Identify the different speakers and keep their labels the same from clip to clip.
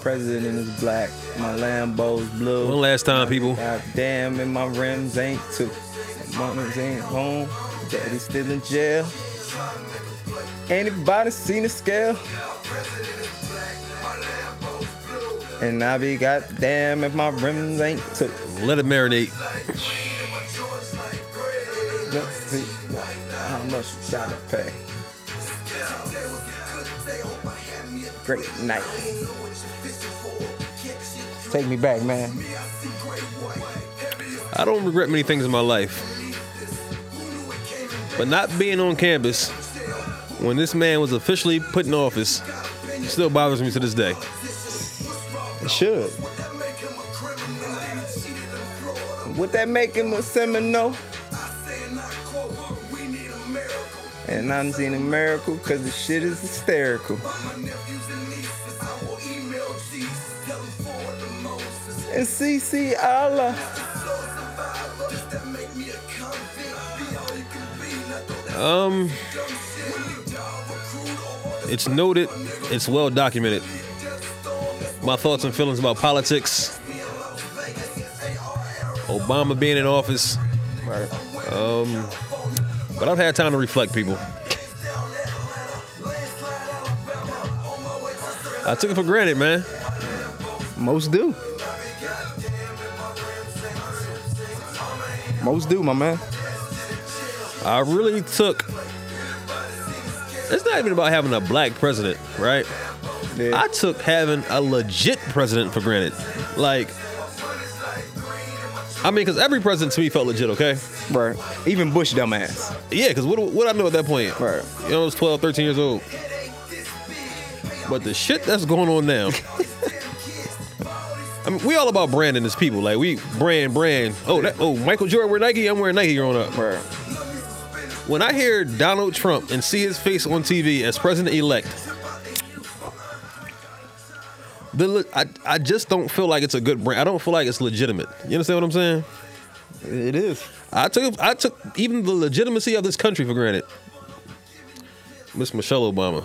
Speaker 1: president is black. My Lambo's blue.
Speaker 2: One last time, people.
Speaker 1: God damn, and my rims ain't too. My rims ain't home. Daddy's still in jail. Anybody seen a scale? And I be goddamn if my rims ain't took.
Speaker 2: Let it marinate.
Speaker 1: Let's see how much you gotta pay. Great night. Take me back, man.
Speaker 2: I don't regret many things in my life, but not being on campus when this man was officially put in office still bothers me to this day.
Speaker 1: It should. Would that make him a Seminole? And I'm seeing a miracle because the shit is hysterical. And CC Allah.
Speaker 2: Um, it's noted, it's well documented. My thoughts and feelings about politics, Obama being in office,
Speaker 1: Right.
Speaker 2: but I've had time to reflect, people. I took it for granted, man.
Speaker 1: Most do. Most do, my man.
Speaker 2: I really took. It's not even about having a black president, right?
Speaker 1: Yeah.
Speaker 2: I took having a legit president for granted. Like, I mean, because every president to me felt legit, okay?
Speaker 1: Right. Even Bush dumbass.
Speaker 2: Yeah, because what, what I know at that point?
Speaker 1: Right.
Speaker 2: You know, I was 12, 13 years old. But the shit that's going on now. I mean, we all about branding as people. Like, we brand, brand. Oh, that, oh, Michael Jordan wear Nike. I'm wearing Nike growing up.
Speaker 1: Right.
Speaker 2: When I hear Donald Trump and see his face on TV as president elect, the le- I, I just don't feel like it's a good brand. I don't feel like it's legitimate. You understand what I'm saying?
Speaker 1: It is.
Speaker 2: I took I took even the legitimacy of this country for granted. Miss Michelle Obama.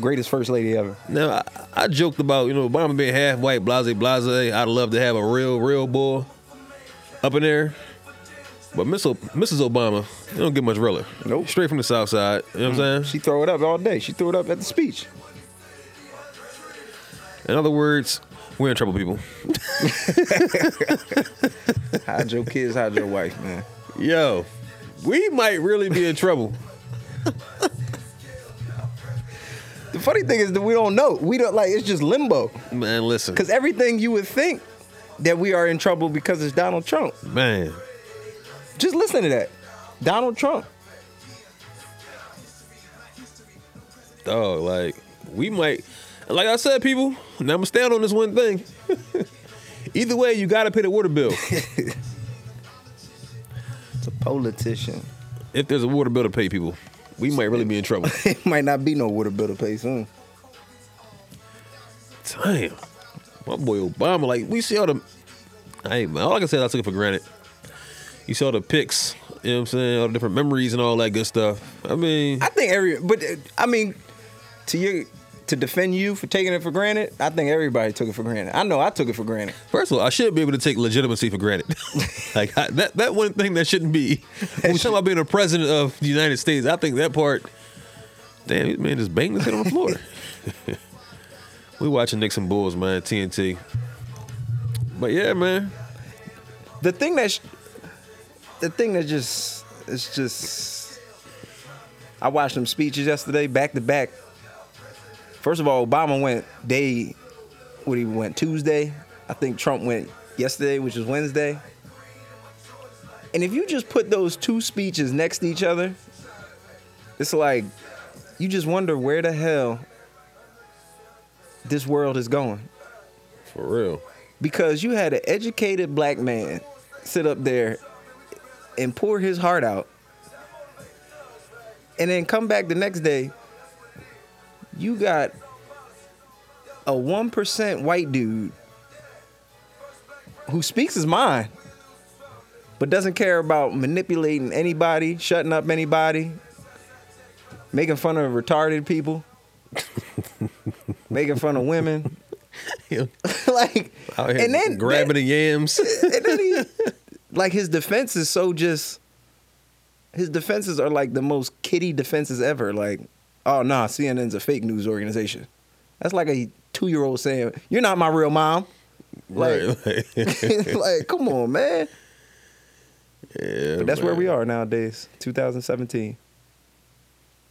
Speaker 1: Greatest first lady ever.
Speaker 2: Now I, I joked about you know Obama being half white, blase blase. I'd love to have a real real boy up in there, but Miss o- Mrs. Obama, you don't get much realer.
Speaker 1: Nope.
Speaker 2: Straight from the South Side. You know what I'm saying?
Speaker 1: She throw it up all day. She threw it up at the speech.
Speaker 2: In other words, we're in trouble, people.
Speaker 1: Hide your kids, hide your wife, man.
Speaker 2: Yo, we might really be in trouble.
Speaker 1: The funny thing is that we don't know. We don't like it's just limbo.
Speaker 2: Man, listen,
Speaker 1: Cause everything you would think that we are in trouble because it's Donald Trump.
Speaker 2: man,
Speaker 1: Just listen to that. Donald Trump.
Speaker 2: dog, like we might, like I said, people. Now I'm gonna stand on this one thing. Either way, you gotta pay the water bill.
Speaker 1: It's a politician.
Speaker 2: if there's a water bill to pay, people, we might really be in trouble.
Speaker 1: it might not be no water bill to pay soon.
Speaker 2: Damn. My boy Obama, like we see all the Hey man, all I can say is I took it for granted. You saw the pics, you know what I'm saying? All the different memories and all that good stuff. I mean
Speaker 1: I think every but uh, I mean to your to defend you for taking it for granted, I think everybody took it for granted. I know I took it for granted.
Speaker 2: First of all, I should be able to take legitimacy for granted. like I, that that one thing that shouldn't be. When we talking about being a president of the United States, I think that part. Damn, this man just banged his head on the floor. we watching Knicks and Bulls, man. TNT. But yeah, man.
Speaker 1: The thing that sh- the thing that just it's just I watched them speeches yesterday back to back. First of all, Obama went day what he went Tuesday. I think Trump went yesterday, which is Wednesday. And if you just put those two speeches next to each other, it's like you just wonder where the hell this world is going
Speaker 2: For real.
Speaker 1: because you had an educated black man sit up there and pour his heart out and then come back the next day you got a 1% white dude who speaks his mind but doesn't care about manipulating anybody shutting up anybody making fun of retarded people making fun of women,
Speaker 2: Him
Speaker 1: like,
Speaker 2: out here
Speaker 1: and then
Speaker 2: grabbing the yams.
Speaker 1: and then he, like his defense is so just his defenses are like the most kitty defenses ever like oh nah cnn's a fake news organization that's like a two-year-old saying you're not my real mom like,
Speaker 2: Right, like-
Speaker 1: like come on man
Speaker 2: Yeah,
Speaker 1: but that's where we
Speaker 2: man.
Speaker 1: are nowadays 2017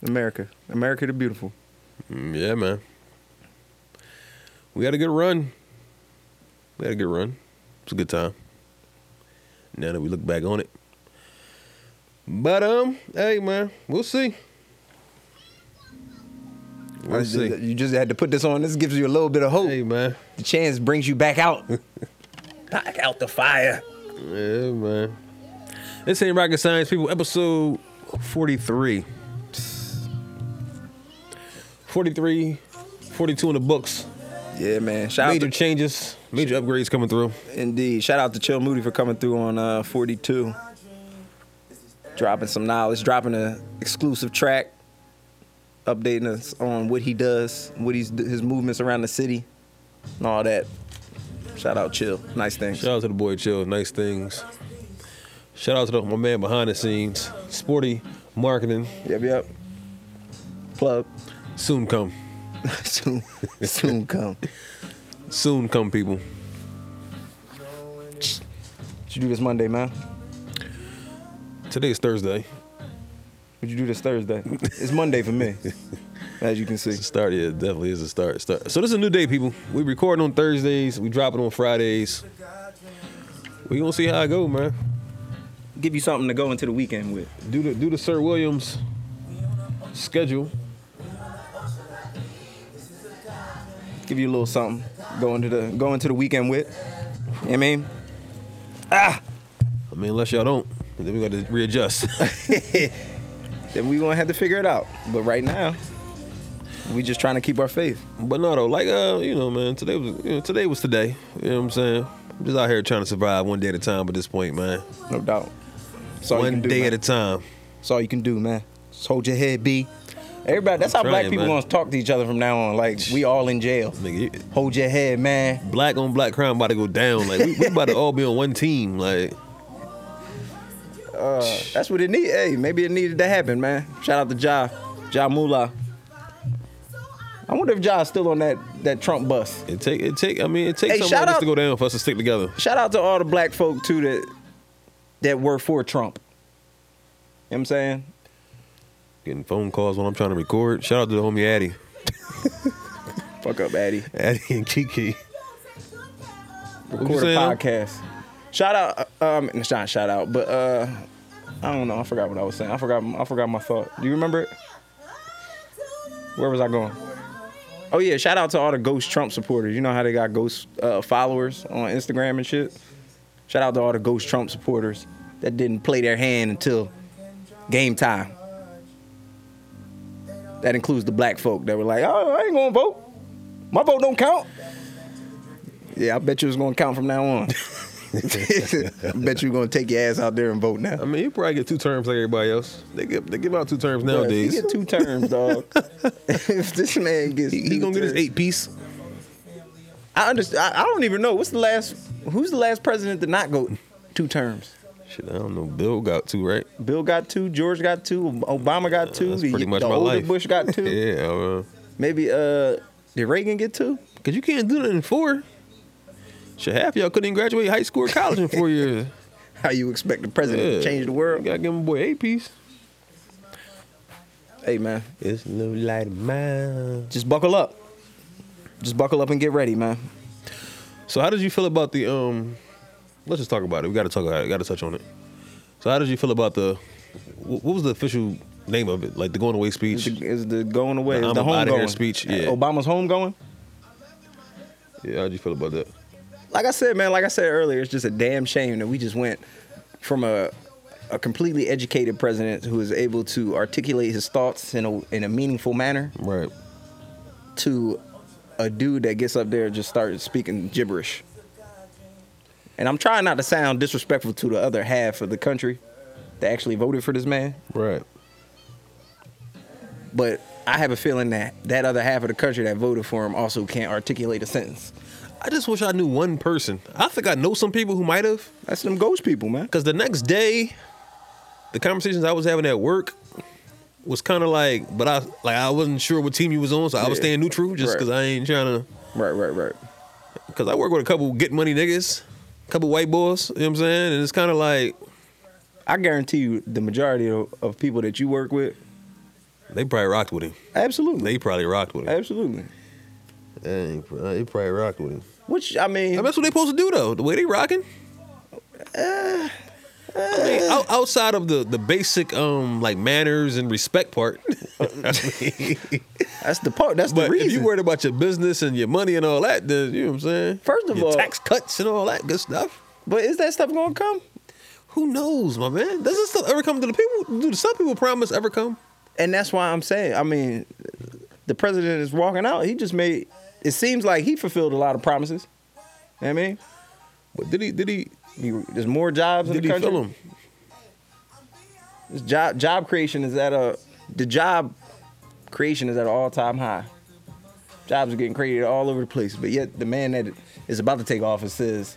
Speaker 1: america america the beautiful
Speaker 2: Mm, Yeah, man. We had a good run. We had a good run. It's a good time. Now that we look back on it. But um, hey man, we'll see. We'll see.
Speaker 1: you just had to put this on this gives you a little bit of hope
Speaker 2: Hey man.
Speaker 1: the chance brings you back out back out the fire
Speaker 2: Yeah, man. This ain't rocket science, people. Episode 43. 43, 42 in the books.
Speaker 1: yeah man shout out
Speaker 2: Major
Speaker 1: to
Speaker 2: changes, major upgrades coming through.
Speaker 1: Indeed. Shout out to Chill Moody for coming through on uh, 42. Dropping some knowledge, dropping an exclusive track, updating us on what he does, what he's his movements around the city, and all that. Shout out Chill. Nice thing.
Speaker 2: Shout out to the boy Chill, nice things. Shout out to the, my man behind the scenes, Sporty Marketing.
Speaker 1: Yep, yep. Plug.
Speaker 2: Soon come,
Speaker 1: soon, soon come.
Speaker 2: soon come, people.
Speaker 1: What you do this Monday, man?
Speaker 2: Today's Thursday.
Speaker 1: What you do this Thursday? It's Monday for me, as you can see.
Speaker 2: It's a start. Yeah, it definitely is a start. Start. So this is a new day, people. We record on Thursdays. We drop it on Fridays. We gonna see how it go, man.
Speaker 1: Give you something to go into the weekend with.
Speaker 2: Do the do the Sir Williams schedule.
Speaker 1: give you a little something. Go into the go into the weekend with. You know what I mean?
Speaker 2: I mean, unless y'all don't, then we got to readjust.
Speaker 1: Then we gonna have to figure it out. But right now, we just trying to keep our faith.
Speaker 2: But no, though, like uh, you know, man, today was you know, today was today. You know what I'm saying? I'm just out here trying to survive one day at a time. At this point, man,
Speaker 1: No doubt. That's all you
Speaker 2: one
Speaker 1: can do,
Speaker 2: day
Speaker 1: man.
Speaker 2: at a time.
Speaker 1: That's all you can do, man. Just hold your head, B. Everybody, that's how
Speaker 2: trying,
Speaker 1: black people
Speaker 2: man.
Speaker 1: gonna talk to each other from now on. Like we all in jail.
Speaker 2: Nigga, you-
Speaker 1: Hold your head, man.
Speaker 2: black on black crime about to go down. Like we, we about to all be on one team. Like
Speaker 1: That's what it need. Hey, maybe it needed to happen, man. Shout out to Ja, Ja Mula. I wonder if Ja's still on that that Trump bus.
Speaker 2: it take it take. I mean, it takes
Speaker 1: Hey,
Speaker 2: something
Speaker 1: shout
Speaker 2: like this
Speaker 1: out-
Speaker 2: to go down for us to stick together.
Speaker 1: Shout out to all the black folk too that that were for Trump. You know what I'm saying?
Speaker 2: Getting phone calls while I'm trying to record. Shout out to the homie Addy,
Speaker 1: Fuck up, Addy.
Speaker 2: Addy and Kiki. What you
Speaker 1: Record a
Speaker 2: saying?
Speaker 1: podcast. Shout out, uh, um, it's not a shout out, but uh, I don't know. I forgot what I was saying. I forgot. I forgot my thought. Do you remember it? Where was I going? Oh yeah, shout out to all the Ghost Trump supporters. You know how they got Ghost uh, followers on Instagram and shit. Shout out to all the Ghost Trump supporters that didn't play their hand until game time. That includes the black folk that were like, "Oh, I ain't gonna vote. My vote don't count." Yeah, I bet you it's gonna count from now on. I bet you're gonna take your ass out there and vote now.
Speaker 2: I mean, you probably get two terms like everybody else. They give they give out two terms
Speaker 1: Bruh, If
Speaker 2: nowadays.
Speaker 1: he get two terms, dog. if this man gets,
Speaker 2: He, he
Speaker 1: two
Speaker 2: gonna get his
Speaker 1: terms-
Speaker 2: eight piece.
Speaker 1: I understand. I, I don't even know what's the last. Who's the last president to not go two terms?
Speaker 2: Shit, I don't know. Bill got two, right?
Speaker 1: Bill got two. George got two. Obama got two.
Speaker 2: That's
Speaker 1: the
Speaker 2: pretty much
Speaker 1: the
Speaker 2: my
Speaker 1: older
Speaker 2: life.
Speaker 1: Bush got two.
Speaker 2: yeah, uh,
Speaker 1: Maybe uh, did Reagan get two?
Speaker 2: cause you can't do that in four. Shit, half y'all couldn't even graduate high school or college in four years.
Speaker 1: How you expect the president
Speaker 2: Yeah.
Speaker 1: to change the
Speaker 2: You
Speaker 1: world?
Speaker 2: gotta give my boy eight piece.
Speaker 1: Hey man,
Speaker 2: It's no light of mine.
Speaker 1: just buckle up. Just buckle up and get ready, man.
Speaker 2: So how did you feel about the um? Let's just talk about it. We gotta talk about it. Gotta touch on it. So how did you feel about the? wh- What was the official name of it? Like the going away
Speaker 1: Is
Speaker 2: speech?
Speaker 1: the, is the going away?
Speaker 2: The
Speaker 1: is the
Speaker 2: I'm
Speaker 1: home
Speaker 2: outta here
Speaker 1: going
Speaker 2: speech, yeah.
Speaker 1: Obama's home going.
Speaker 2: Yeah, how'd you feel about that?
Speaker 1: like I said, man, like I said earlier, it's just a damn shame that we just went from a a completely educated president who is able to articulate his thoughts in a in a meaningful manner
Speaker 2: Right.
Speaker 1: to a dude that gets up there and just starts speaking gibberish. And I'm trying not to sound disrespectful to the other half of the country that actually voted for this man,
Speaker 2: Right.
Speaker 1: but I have a feeling that that other half of the country that voted for him also can't articulate a sentence.
Speaker 2: I just wish I knew one person. I think I know some people who might have.
Speaker 1: That's them ghost people, man.
Speaker 2: Because the next day, the conversations I was having at work was kind of like, but I like I wasn't sure what team you was on, so I was
Speaker 1: Yeah.
Speaker 2: staying neutral just
Speaker 1: Right.
Speaker 2: because I ain't trying to.
Speaker 1: Right, right, right.
Speaker 2: Because I work with a couple get money niggas, couple white boys. You know what I'm saying? And it's kind of like
Speaker 1: I guarantee you, the majority of, of people that you work with,
Speaker 2: they probably rocked with him.
Speaker 1: absolutely,
Speaker 2: They probably rocked with him.
Speaker 1: absolutely.
Speaker 2: They probably rocked with him.
Speaker 1: Which I mean,
Speaker 2: I mean, that's what they supposed to do though. The way they rocking. I mean,
Speaker 1: Eh.
Speaker 2: out- outside of the the basic um like manners and respect part, I mean,
Speaker 1: that's the part. That's the
Speaker 2: but
Speaker 1: reason.
Speaker 2: if you worried about your business and your money and all that, then you know what I'm saying.
Speaker 1: First of
Speaker 2: Your
Speaker 1: all-
Speaker 2: tax cuts and all that good stuff.
Speaker 1: but is that stuff gonna come?
Speaker 2: Who knows, my man? Does this stuff ever come to the people? Do some people promise ever come?
Speaker 1: And that's why I'm saying. I mean, the president is walking out. He just made. It seems like he fulfilled a lot of promises. You know what I mean,
Speaker 2: But did he? Did he?
Speaker 1: You- there's more jobs in
Speaker 2: Did
Speaker 1: the
Speaker 2: he
Speaker 1: country.
Speaker 2: fill them?
Speaker 1: This job job creation is at a the job creation is at an all time high. Jobs are getting created all over the place, but yet the man that is about to take office says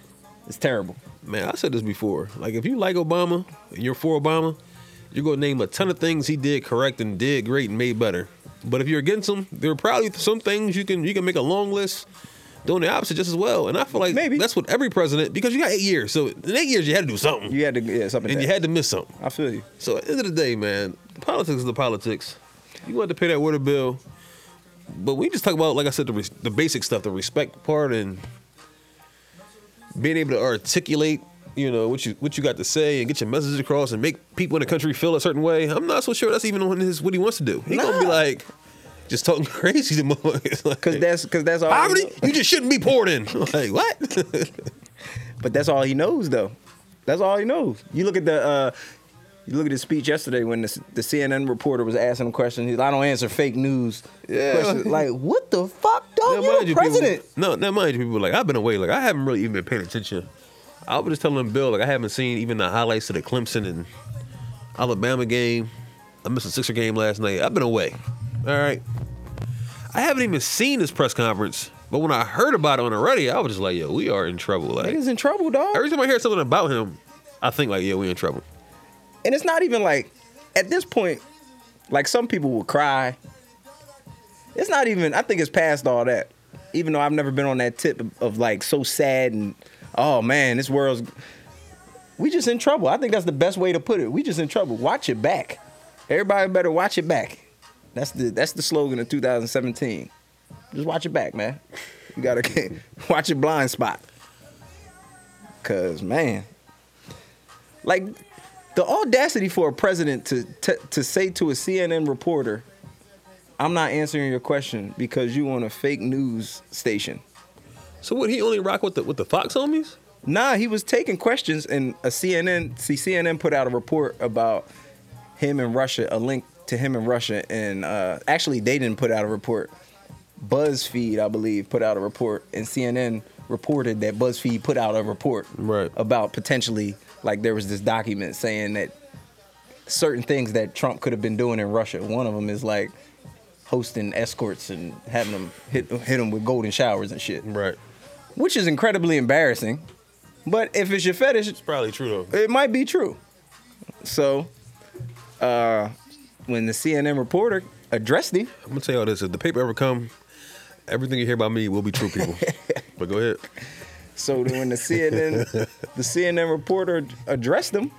Speaker 1: it's terrible.
Speaker 2: Man, I said this before. Like, if you like Obama and you're for Obama, you're gonna name a ton of things he did correct and did great and made better. But if you're against him, there are probably some things you can you can make a long list doing the opposite just as well. And I feel like
Speaker 1: Maybe.
Speaker 2: that's what every president because you got eight years. So in eight years you had to do something,
Speaker 1: You had to yeah something.
Speaker 2: and
Speaker 1: that.
Speaker 2: you had to miss something.
Speaker 1: I feel you.
Speaker 2: So at the end of the day, man, politics is the politics. You want to pay that water bill, but we just talk about, like I said, the, res- the basic stuff, the respect part, and being able to articulate, you know, what you what you got to say and get your message across and make people in the country feel a certain way. I'm not so sure that's even on his what he wants to do. He gonna be
Speaker 1: Nah.
Speaker 2: like just talking crazy to motherfuckers. like,
Speaker 1: Cause that's cause that's all. he
Speaker 2: poverty,
Speaker 1: know-
Speaker 2: you just shouldn't be poured in. Like what?
Speaker 1: But that's all he knows though. That's all he knows. You look at the. uh you look at his speech yesterday when the, the CNN reporter was asking him questions. He's, I don't answer fake news.
Speaker 2: Yeah.
Speaker 1: Questions. Like, what the fuck, dog?
Speaker 2: Now,
Speaker 1: You Oh, the president.
Speaker 2: People, no, now mind you, people like I've been away. Like I haven't really even been paying attention. I was just telling Bill like I haven't seen even the highlights of the Clemson and Alabama game. I missed a Sixer game last night. I've been away. All right. I haven't even seen this press conference, but when I heard about it on the radio, I was just like, "Yo, we are in trouble." Like
Speaker 1: Niggas in trouble, dog.
Speaker 2: every time I hear something about him, I think like, "Yeah, we in trouble."
Speaker 1: and it's not even like at this point like some people will cry it's not even i think it's past all that even though i've never been on that tip of, of, like so sad and oh man this world's we just in trouble i think that's the best way to put it we just in trouble watch it back everybody better watch it back that's the that's the slogan of 2017 just watch it back man you gotta watch your blind spot cause man like the audacity for a president to to, to say to a CNN reporter, "I'm not answering your question because you on a fake news station."
Speaker 2: So what? He only rock with the with the Fox homies?
Speaker 1: Nah, he was taking questions, and a CNN see CNN put out a report about him and Russia, a link to him and Russia, and uh, actually they didn't put out a report. BuzzFeed, I believe, put out a report, and CNN reported that BuzzFeed put out a report
Speaker 2: Right.
Speaker 1: about potentially like there was this document saying that certain things that Trump could have been doing in Russia. One of them is like hosting escorts and having them hit hit them with golden showers and shit
Speaker 2: Right.
Speaker 1: which is incredibly embarrassing. But if it's your fetish,
Speaker 2: Probably true though.
Speaker 1: it might be true. So, uh, when the CNN reporter addressed him,
Speaker 2: I'm gonna tell y'all this: if the paper ever come, everything you hear about me will be true, people. but go ahead.
Speaker 1: so when the CNN the CNN reporter addressed him,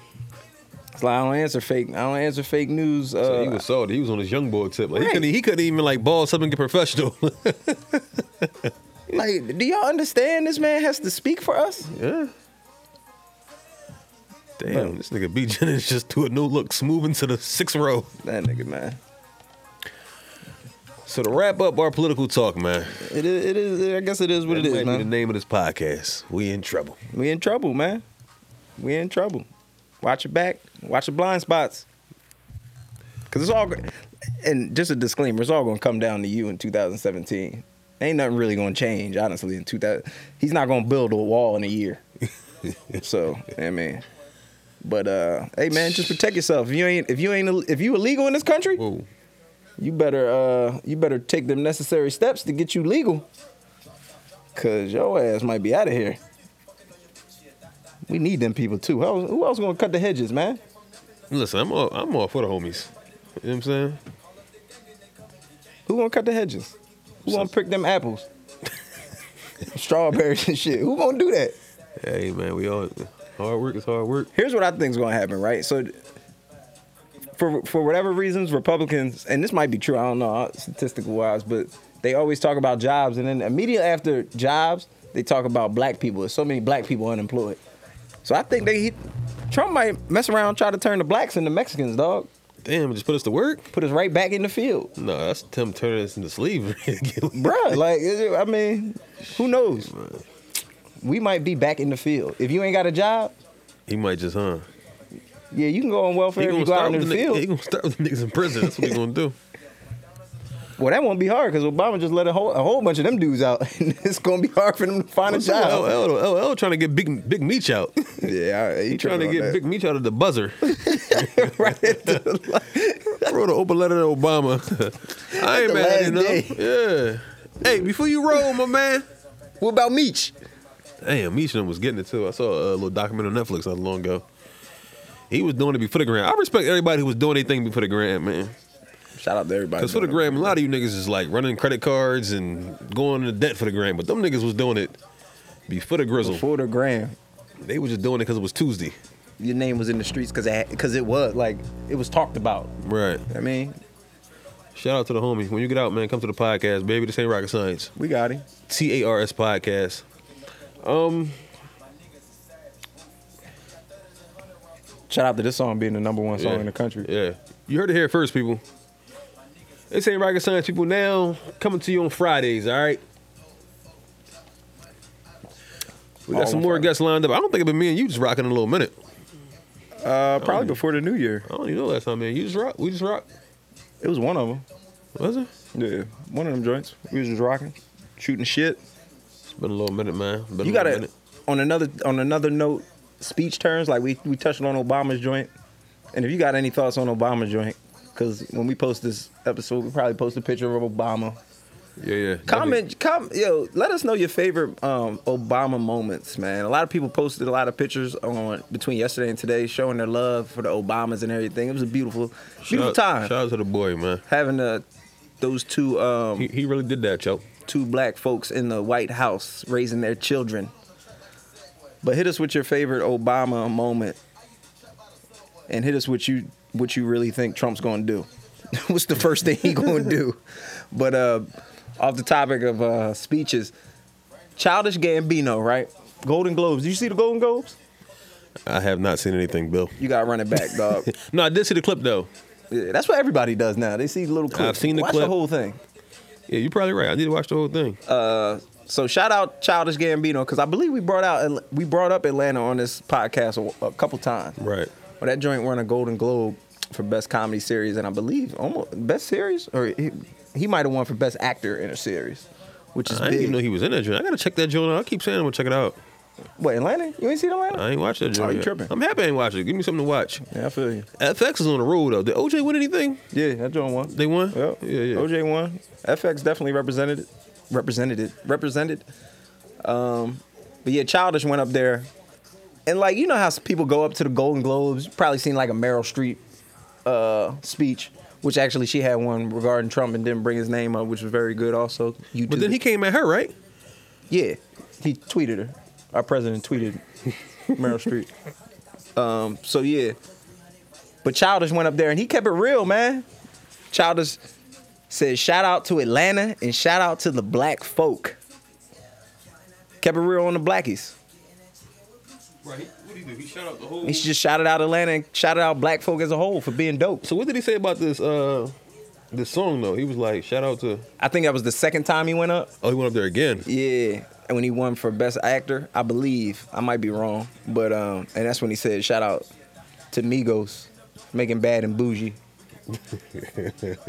Speaker 1: it's like I don't answer fake. I don't answer fake news. Uh,
Speaker 2: So he was salty. He was on his young boy tip. Like he
Speaker 1: Right.
Speaker 2: couldn't. He couldn't even like ball something get professional.
Speaker 1: like, do y'all understand? This man has to speak for us.
Speaker 2: yeah. Damn, this nigga B Jennings just do a no look, smooth into the sixth row.
Speaker 1: That nigga man.
Speaker 2: So to wrap up our political talk, man,
Speaker 1: It is. It is. I guess it is what it
Speaker 2: that
Speaker 1: is,
Speaker 2: might be the
Speaker 1: man.
Speaker 2: name of this podcast. We in trouble.
Speaker 1: We in trouble, man. We in trouble. Watch your back. Watch your blind spots. Cause it's all, go- and just a disclaimer, it's all gonna come down to you in 2017. Ain't nothing really gonna change, honestly. In 2000, he's not gonna build a wall in a year. so I mean, but uh, hey man, just protect yourself. If you ain't, if you ain't, if you illegal in this country,
Speaker 2: Whoa.
Speaker 1: you better uh you better take the necessary steps to get you legal. Cause your ass might be out of here. We need them people too. How, who else gonna cut the hedges, man?
Speaker 2: Listen, I'm all, I'm all for the homies. You know what I'm saying?
Speaker 1: Who gonna cut the hedges? Who gonna pick them apples? Strawberries and shit. Who gonna do that?
Speaker 2: Hey man, we all hard work is hard work.
Speaker 1: here's what I think is going to happen, right? So, for for whatever reasons, Republicans, and this might be true, I don't know, uh, statistical wise, but they always talk about jobs, and then immediately after jobs, they talk about black people. There's so many black people unemployed. So I think they Trump might mess around, try to turn the blacks into Mexicans, dog.
Speaker 2: Damn, just put us to work.
Speaker 1: Put us right back in the field,
Speaker 2: No, that's Tim turning us into slavery.
Speaker 1: bruh. Like is it- I mean, who knows? We might be back in the field if you ain't got a job.
Speaker 2: he might just, huh?
Speaker 1: Yeah, you can go on welfare
Speaker 2: He
Speaker 1: if you
Speaker 2: gonna,
Speaker 1: go out
Speaker 2: start
Speaker 1: in
Speaker 2: with
Speaker 1: the
Speaker 2: the nigg-
Speaker 1: field.
Speaker 2: he gonna start with the niggas in prison. That's what he gonna do.
Speaker 1: Well, that won't be hard because Obama just let a whole, a whole bunch of them dudes out. it's gonna be hard for them to find
Speaker 2: What's
Speaker 1: a
Speaker 2: up,
Speaker 1: job.
Speaker 2: LL, though? LL trying to get Big Big Meech out.
Speaker 1: Yeah, I- he
Speaker 2: He trying to get Big Meech out of the buzzer.
Speaker 1: big right at the,
Speaker 2: I wrote an open letter to Obama. I ain't
Speaker 1: The
Speaker 2: mad at him.
Speaker 1: last
Speaker 2: Yeah. Hey, before you roll, my man.
Speaker 1: What about Meech?
Speaker 2: Damn, Meech and them was getting it too. I saw a little document on Netflix not long ago. He was doing it before the gram. I respect everybody who was doing anything before the gram, man.
Speaker 1: Shout out to everybody.
Speaker 2: Because for the gram, a lot of you niggas is like running credit cards and going into debt for the gram. But them niggas was doing it before the grizzle.
Speaker 1: For the gram,
Speaker 2: They were just doing it because it was Tuesday.
Speaker 1: your name was in the streets because because it was like it was talked about.
Speaker 2: Right.
Speaker 1: I mean,
Speaker 2: Shout out to the homie. When you get out, man, come to the podcast, baby. This ain't rocket science.
Speaker 1: we got him.
Speaker 2: T A R S podcast. Um,
Speaker 1: Shout out to this song being the number one song
Speaker 2: yeah.
Speaker 1: in the country.
Speaker 2: Yeah, you heard it here first, people. This ain't rocket science, people. Now coming to you on Fridays. All right. We got
Speaker 1: All
Speaker 2: some
Speaker 1: on
Speaker 2: more
Speaker 1: Friday.
Speaker 2: guests lined up. I don't think it's been me and you just rocking a little minute.
Speaker 1: Uh, probably before the new year.
Speaker 2: I don't even know last time, man. You just rock. We just rock.
Speaker 1: It was one of them.
Speaker 2: Was it?
Speaker 1: Yeah, one of them joints. We was just rocking, shooting shit.
Speaker 2: It's been a little minute, man. Been
Speaker 1: You
Speaker 2: a little
Speaker 1: gotta
Speaker 2: minute.
Speaker 1: on another on another note, speech terms like we we touched on Obama's joint, and if you got any thoughts on Obama's joint, because when we post this episode, we probably post a picture of Obama.
Speaker 2: Yeah, yeah.
Speaker 1: Comment, com, yo, let us know your favorite um, Obama moments, man. A lot of people posted a lot of pictures on between yesterday and today, showing their love for the Obamas and everything. It was a beautiful, beautiful
Speaker 2: Shout-
Speaker 1: time
Speaker 2: Shout out to the boy, man.
Speaker 1: having the those two um,
Speaker 2: He, he really did that, yo.
Speaker 1: two black folks in the White House raising their children. But hit us with your favorite Obama moment, and hit us with you what you really think Trump's going to do. What's the first thing he going to do? But uh, off the topic of uh, speeches, childish Gambino, right? Golden Globes. Did you see the Golden Globes?
Speaker 2: I have not seen anything, Bill.
Speaker 1: You got to run it back, dog.
Speaker 2: No, I did see the clip though.
Speaker 1: Yeah, that's what everybody does now. They see little clips.
Speaker 2: seen the
Speaker 1: Watch the
Speaker 2: clip.
Speaker 1: whole thing.
Speaker 2: Yeah, you're probably right. I need to watch the whole thing.
Speaker 1: Uh, So shout out Childish Gambino because I believe we brought out we brought up Atlanta on this podcast a, a couple times.
Speaker 2: right.
Speaker 1: Well, that joint won a Golden Globe for best comedy series, and I believe almost best series or he, he might have won for best actor in a series, which is
Speaker 2: I didn't
Speaker 1: big.
Speaker 2: even know he was in that joint. I gotta check that joint out. I keep saying I'm gonna check it out.
Speaker 1: What Atlanta? You ain't seen Atlanta?
Speaker 2: I ain't watched that joint.
Speaker 1: Oh, you
Speaker 2: yet.
Speaker 1: tripping.
Speaker 2: I'm happy I ain't watched it. Give me something to watch.
Speaker 1: yeah, I feel you.
Speaker 2: FX is on the road though. Did OJ win anything?
Speaker 1: Yeah, that joint won.
Speaker 2: They won.
Speaker 1: Yep.
Speaker 2: Yeah, yeah.
Speaker 1: OJ won. FX definitely represented it. Represented it. Represented. Um, but yeah, Childish went up there, and like you know how people go up to the Golden Globes. You probably seen like a Meryl Streep uh, speech, which actually she had one regarding Trump and didn't bring his name up, which was very good. Also, you
Speaker 2: But then he came at her, right?
Speaker 1: yeah, he tweeted her. Our president tweeted Meryl Streep. Um, so yeah, but Childish went up there and he kept it real, man. Childish said, "Shout out to Atlanta and shout out to the black folk." Kept it real on the blackies.
Speaker 2: Right. What did he do? He shut out the whole.
Speaker 1: He just shouted out Atlanta and shouted out black folk as a whole for being dope.
Speaker 2: So what did he say about this? uh This song though. He was like, shout out to.
Speaker 1: I think that was the second time he went up.
Speaker 2: Oh, he went up there again.
Speaker 1: Yeah, and when he won for best actor, I believe I might be wrong, but um, and that's when he said shout out to Migos, making bad and bougie.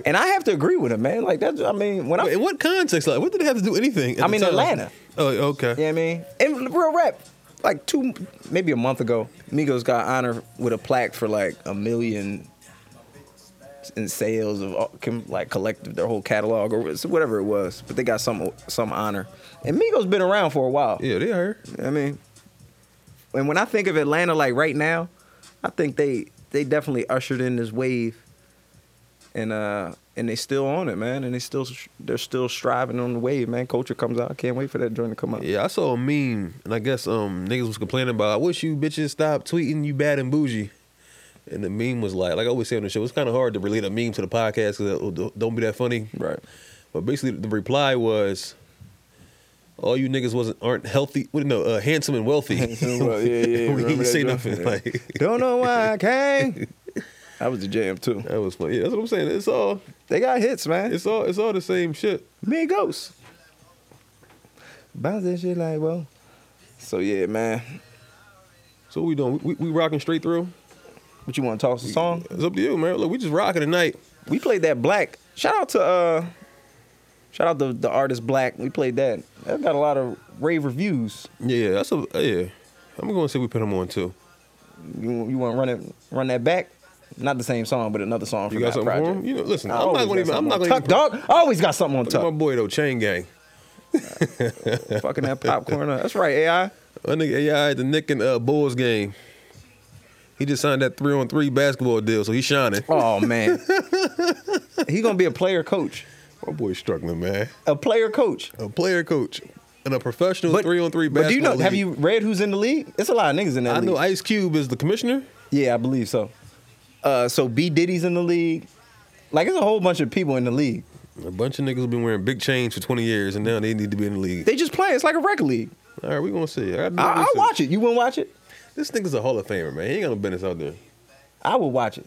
Speaker 1: and I have to agree with him, man. Like that's, I mean, when I,
Speaker 2: Wait, in
Speaker 1: yeah,
Speaker 2: what context? Like, what did it have to do with anything? at
Speaker 1: I
Speaker 2: the
Speaker 1: mean,
Speaker 2: time?
Speaker 1: Atlanta.
Speaker 2: Oh, okay.
Speaker 1: I mean, and real rap, like two, maybe a month ago, Migos got honored with a plaque for like a million in sales of all, com- like collective their whole catalog or wh- whatever it was, but they got some some honor. And Migos been around for a while.
Speaker 2: Yeah, they heard.
Speaker 1: I mean, and when I think of Atlanta, like right now, I think they they definitely ushered in this wave, and uh and they still on it, man, and they still they're still striving on the wave, man. Culture comes out, I can't wait for that joint to come out.
Speaker 2: Yeah, I saw a meme, and I guess um niggas was complaining about. I wish you bitches stop tweeting you bad and bougie. And the meme was like, like I always say on the show, it's kind of hard to relate a meme to the podcast because don't be that funny.
Speaker 1: Right.
Speaker 2: But basically, the reply was, "All you niggas wasn't aren't healthy. What no, uh, handsome and wealthy. we didn't say nothing. Like
Speaker 1: Don't know why I came. That was the jam too.
Speaker 2: that was funny. Yeah, that's what I'm saying. It's all,
Speaker 1: They got hits, man.
Speaker 2: it's all, it's all the same shit.
Speaker 1: Me and Ghost. Bounce that shit like, well. So yeah, man.
Speaker 2: So what we doing? We, we, we rocking straight through.
Speaker 1: What you want to toss a song?
Speaker 2: It's up to you, man. Look, we just rocking tonight.
Speaker 1: We played that Black. Shout out to uh, shout out to the artist Black. We played that. That got a lot of rave reviews.
Speaker 2: Yeah, that's a yeah. I'm gonna say we put him on too.
Speaker 1: You, you want to run it, run that back? Not the same song, but another song from
Speaker 2: You got
Speaker 1: that
Speaker 2: something
Speaker 1: project.
Speaker 2: for him? You know, listen,
Speaker 1: I
Speaker 2: I'm
Speaker 1: always
Speaker 2: not
Speaker 1: got
Speaker 2: gonna even. I'm
Speaker 1: something
Speaker 2: not
Speaker 1: on
Speaker 2: gonna
Speaker 1: tuck,
Speaker 2: even.
Speaker 1: dog. I always got something on
Speaker 2: Look at my
Speaker 1: tuck.
Speaker 2: boy though, Chain Gang.
Speaker 1: Fucking that popcorn. up. That's right, AI.
Speaker 2: That nigga AI at the Nick and uh, Bulls game. He just signed that three on three basketball deal, so he's shining.
Speaker 1: Oh man, he gonna be a player coach.
Speaker 2: My boy's struggling, man.
Speaker 1: A player coach.
Speaker 2: A player coach and a professional three on three
Speaker 1: But
Speaker 2: basketball.
Speaker 1: do you know? Have
Speaker 2: league.
Speaker 1: you read who's in the league? It's a lot of niggas in that
Speaker 2: I
Speaker 1: league.
Speaker 2: know Ice Cube is the commissioner.
Speaker 1: yeah, I believe so. Uh, so B Diddy's in the league. Like it's a whole bunch of people in the league.
Speaker 2: A bunch of niggas have been wearing big chains for 20 years, and now they need to be in the league.
Speaker 1: They just play. It's like a record league.
Speaker 2: All right, we gonna see. I,
Speaker 1: I, I'll watch it. You wouldn't watch it?
Speaker 2: This nigga's a Hall of Famer, man. He ain't got no business out there.
Speaker 1: I would watch it.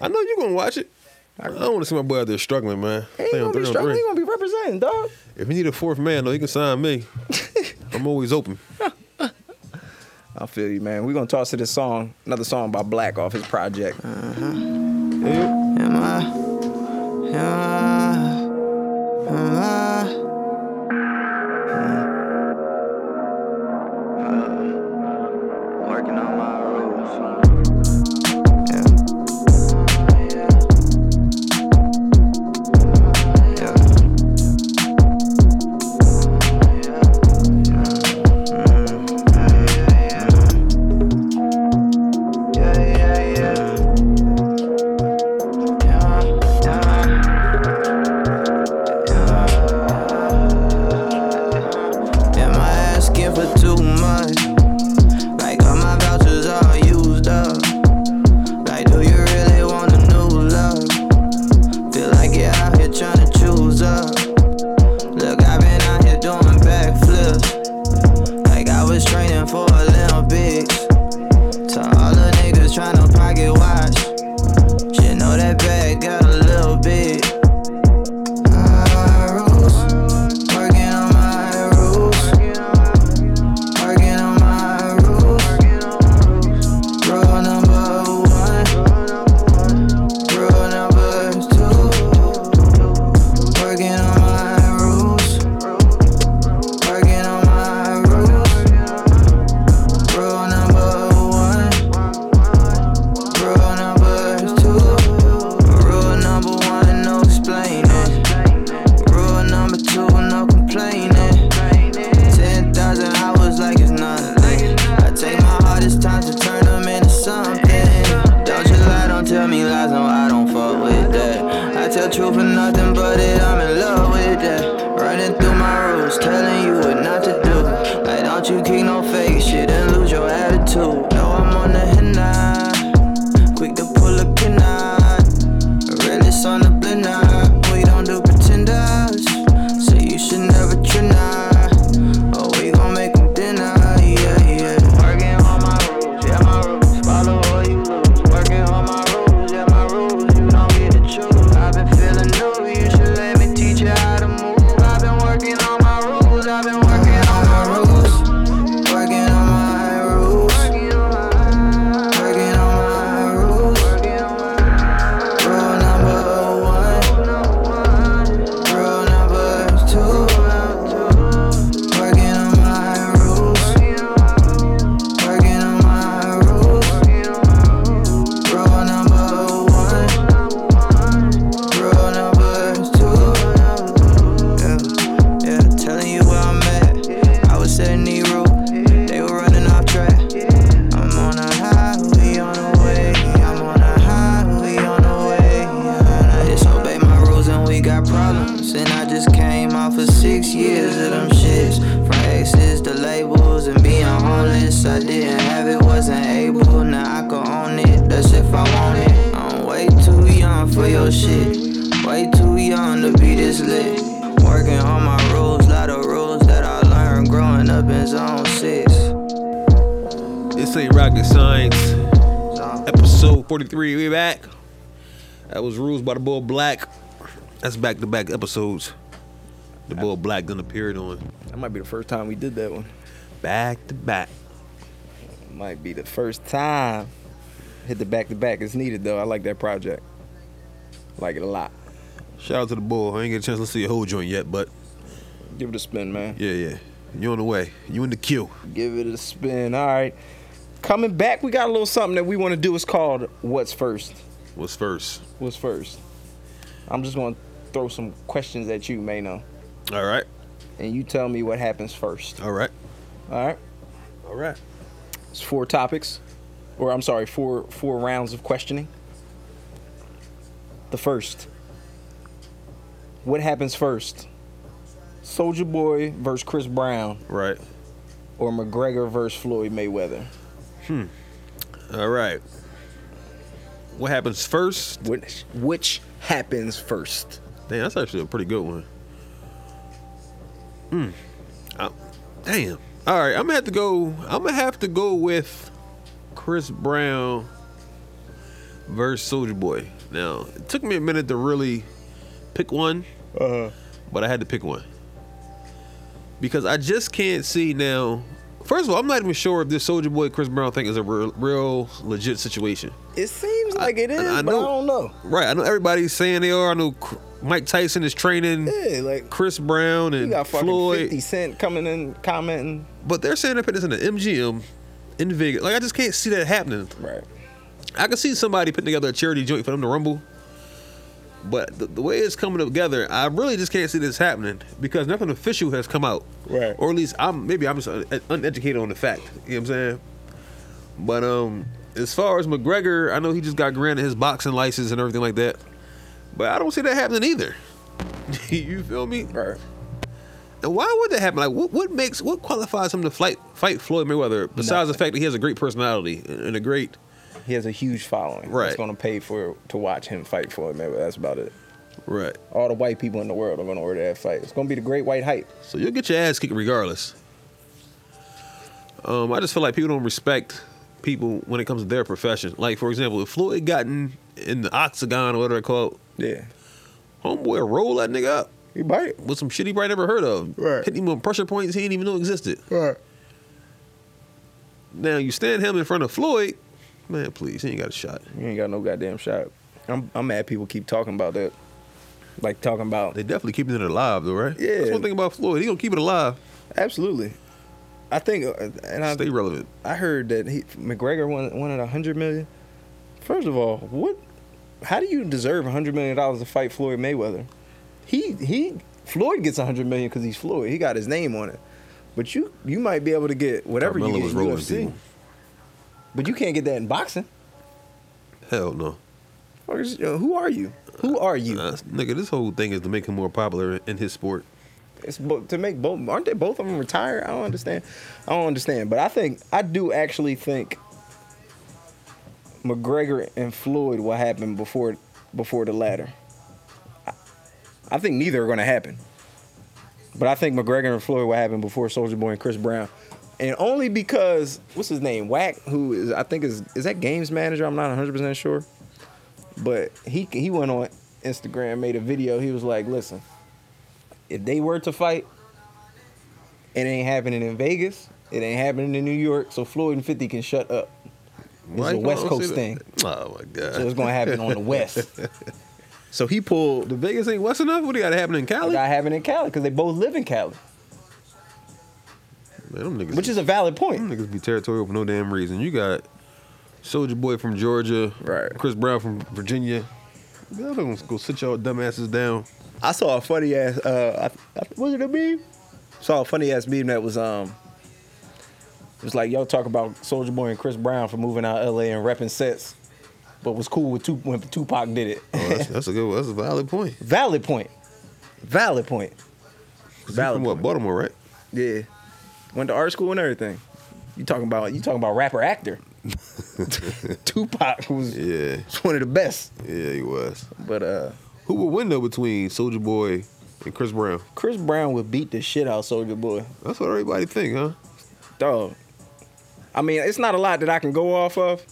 Speaker 2: I know you gonna watch it. I don't want to see my boy out there struggling, man.
Speaker 1: He ain't
Speaker 2: Play on
Speaker 1: gonna be
Speaker 2: three on
Speaker 1: struggling.
Speaker 2: three.
Speaker 1: He gonna be representing, dog.
Speaker 2: If you need a fourth man, though, you can sign me. I'm always open.
Speaker 1: I feel you, man. We're gonna toss to this song, another song by Black off his project.
Speaker 3: Am I? Am I? Am I? Uh, Working on my rules. Yeah. Yeah. Mm, mm, Yeah, yeah, yeah. Yeah, yeah. for six years of them shits. From exes to labels and being homeless. I didn't have it, wasn't able. Now I can own it. That's if I want it. I'm way too young for your shit. Way too young to be this lit. Working on my rules, lot of rules that I learned growing up in zone six.
Speaker 2: This ain't rocket science.
Speaker 3: Zone
Speaker 2: Episode 43, we back. That was Rules by the Bull Black. That's back to back episodes. The Bull Black done appeared on
Speaker 1: That might be the first time we did that one.
Speaker 2: back to back.
Speaker 1: Might be the first time. Hit the back to back. It's needed though. I like that project. Like it a lot.
Speaker 2: Shout out to the Bull. I ain't get a chance to listen to your whole joint yet, but
Speaker 1: Give it a spin, man.
Speaker 2: yeah, yeah. You on the way. You in the queue.
Speaker 1: Give it a spin. All right. Coming back, we got a little something that we want to do. It's called What's First?
Speaker 2: What's first?
Speaker 1: What's First? I'm just going to throw some questions at you, Mano,
Speaker 2: All right.
Speaker 1: and you tell me what happens first.
Speaker 2: All right.
Speaker 1: All right?
Speaker 2: All right.
Speaker 1: It's four topics, or I'm sorry, four four rounds of questioning. The first. What happens first? Soldier Boy versus Chris Brown
Speaker 2: Right.
Speaker 1: or McGregor versus Floyd Mayweather?
Speaker 2: All right. What happens first?
Speaker 1: Which which happens first?
Speaker 2: Damn, that's actually a pretty good one. Hmm. I- damn. All right, I'm gonna have to go. I'm gonna have to go with Chris Brown versus Soldier Boy. Now, it took me a minute to really pick one,
Speaker 1: Uh
Speaker 2: but I had to pick one because I just can't see now. First of all, I'm not even sure if this Soldier Boy Chris Brown thing is a real, real legit situation.
Speaker 1: it seems like it is,
Speaker 2: I
Speaker 1: but I
Speaker 2: know.
Speaker 1: don't know.
Speaker 2: Right. I know everybody's saying they are. I know Cr- Mike Tyson is training
Speaker 1: Yeah, like
Speaker 2: Chris Brown
Speaker 1: you
Speaker 2: and
Speaker 1: got fucking
Speaker 2: Floyd,
Speaker 1: 50 Cent coming in commenting.
Speaker 2: but they're saying they're putting this in the MGM in Vegas. Like I just can't see that happening.
Speaker 1: Right.
Speaker 2: I can see somebody putting together a charity joint for them to rumble, but the, the way it's coming together, I really just can't see this happening because nothing official has come out.
Speaker 1: Right.
Speaker 2: Or at least I'm maybe I'm just un- uneducated on the fact. You know what I'm saying? But um, as far as McGregor, I know he just got granted his boxing license and everything like that, but I don't see that happening either. you feel me?
Speaker 1: Right.
Speaker 2: And why would that happen? Like, what, what makes what qualifies him to fight fight Floyd Mayweather besides the fact that he has a great personality and a great
Speaker 1: He has a huge following. It's
Speaker 2: Right.
Speaker 1: going to pay for to watch him fight Floyd Mayweather. That's about it.
Speaker 2: right?
Speaker 1: all the white people in the world are gonna order that fight. It's gonna be the great white hype.
Speaker 2: So you'll get your ass kicked regardless. Um, I just feel like people don't respect people when it comes to their profession. Like, for example, if Floyd gotten in the octagon or whatever they call it,
Speaker 1: Yeah.
Speaker 2: homeboy roll that nigga up
Speaker 1: You bite.
Speaker 2: with some shit he probably never heard of.
Speaker 1: Right.
Speaker 2: Hit him on pressure points he didn't even know existed.
Speaker 1: Right.
Speaker 2: Now you stand him in front of Floyd, man. Please, he ain't got a shot.
Speaker 1: You ain't got no goddamn shot. I'm I'm mad people keep talking about that. Like talking about
Speaker 2: They definitely keeping it alive though, right?
Speaker 1: Yeah.
Speaker 2: That's one thing about Floyd. He gonna keep it alive.
Speaker 1: absolutely. I think uh, and I
Speaker 2: Stay relevant.
Speaker 1: I heard that he McGregor won wanted a hundred million. First of all, what how do you deserve a hundred million dollars to fight Floyd Mayweather? He he Floyd gets a hundred million because he's Floyd. He got his name on it. But you you might be able to get whatever
Speaker 2: Carmelo
Speaker 1: you get
Speaker 2: was
Speaker 1: in
Speaker 2: rolling
Speaker 1: UFC.
Speaker 2: people.
Speaker 1: But you can't get that in boxing.
Speaker 2: Hell no.
Speaker 1: Or is- uh, who are you? Who are you?
Speaker 2: Nah, nigga, this whole thing is to make him more popular in his sport.
Speaker 1: It's bo- to make both. Aren't they both of them retired? I don't understand. I don't understand. But I think I do actually think McGregor and Floyd will happen before before the latter. I- I think neither are going to happen. But I think McGregor and Floyd will happen before Soldier Boy and Chris Brown. And only because what's his name? Wack, who is I think is is that games manager? I'm not 100% sure. But he he went on Instagram, made a video. He was like, "Listen, if they were to fight, it ain't happening in Vegas. It ain't happening in New York. So Floyd and 50 can shut up. It's
Speaker 2: Why
Speaker 1: a
Speaker 2: you
Speaker 1: West
Speaker 2: gonna say
Speaker 1: Coast
Speaker 2: that?
Speaker 1: thing.
Speaker 2: Oh my god.
Speaker 1: So it's gonna happen on the West. So he pulled.
Speaker 2: the Vegas ain't West enough. What do you got happening in
Speaker 1: It
Speaker 2: Cali?
Speaker 1: got happening in Cali because they both live in Cali,
Speaker 2: Man, them niggas,
Speaker 1: which is a valid
Speaker 2: them
Speaker 1: point.
Speaker 2: niggas be territorial for no damn reason. You got Soldier Boy from Georgia,
Speaker 1: Right.
Speaker 2: Chris Brown from Virginia. Y'all gonna go sit y'all dumbasses down.
Speaker 1: I saw a funny ass. Uh, I, I, was it a meme? Saw a funny ass meme that was um. It was like y'all talk about Soldier Boy and Chris Brown for moving out of LA and repping sets, but was cool with Tup- when Tupac did it.
Speaker 2: Oh, that's, that's a good. That's a valid point.
Speaker 1: Valid point. Valid point.
Speaker 2: from what Baltimore, right?
Speaker 1: Yeah. Went to art school and everything. You talking about you talking about rapper actor. Tupac was
Speaker 2: Yeah,
Speaker 1: was one of the best.
Speaker 2: yeah, he was.
Speaker 1: But uh
Speaker 2: Who would win though between Soldier Boy and Chris Brown?
Speaker 1: Chris Brown would beat the shit out of Soldier Boy.
Speaker 2: That's what everybody think, huh?
Speaker 1: Dog. I mean, it's not a lot that I can go off of.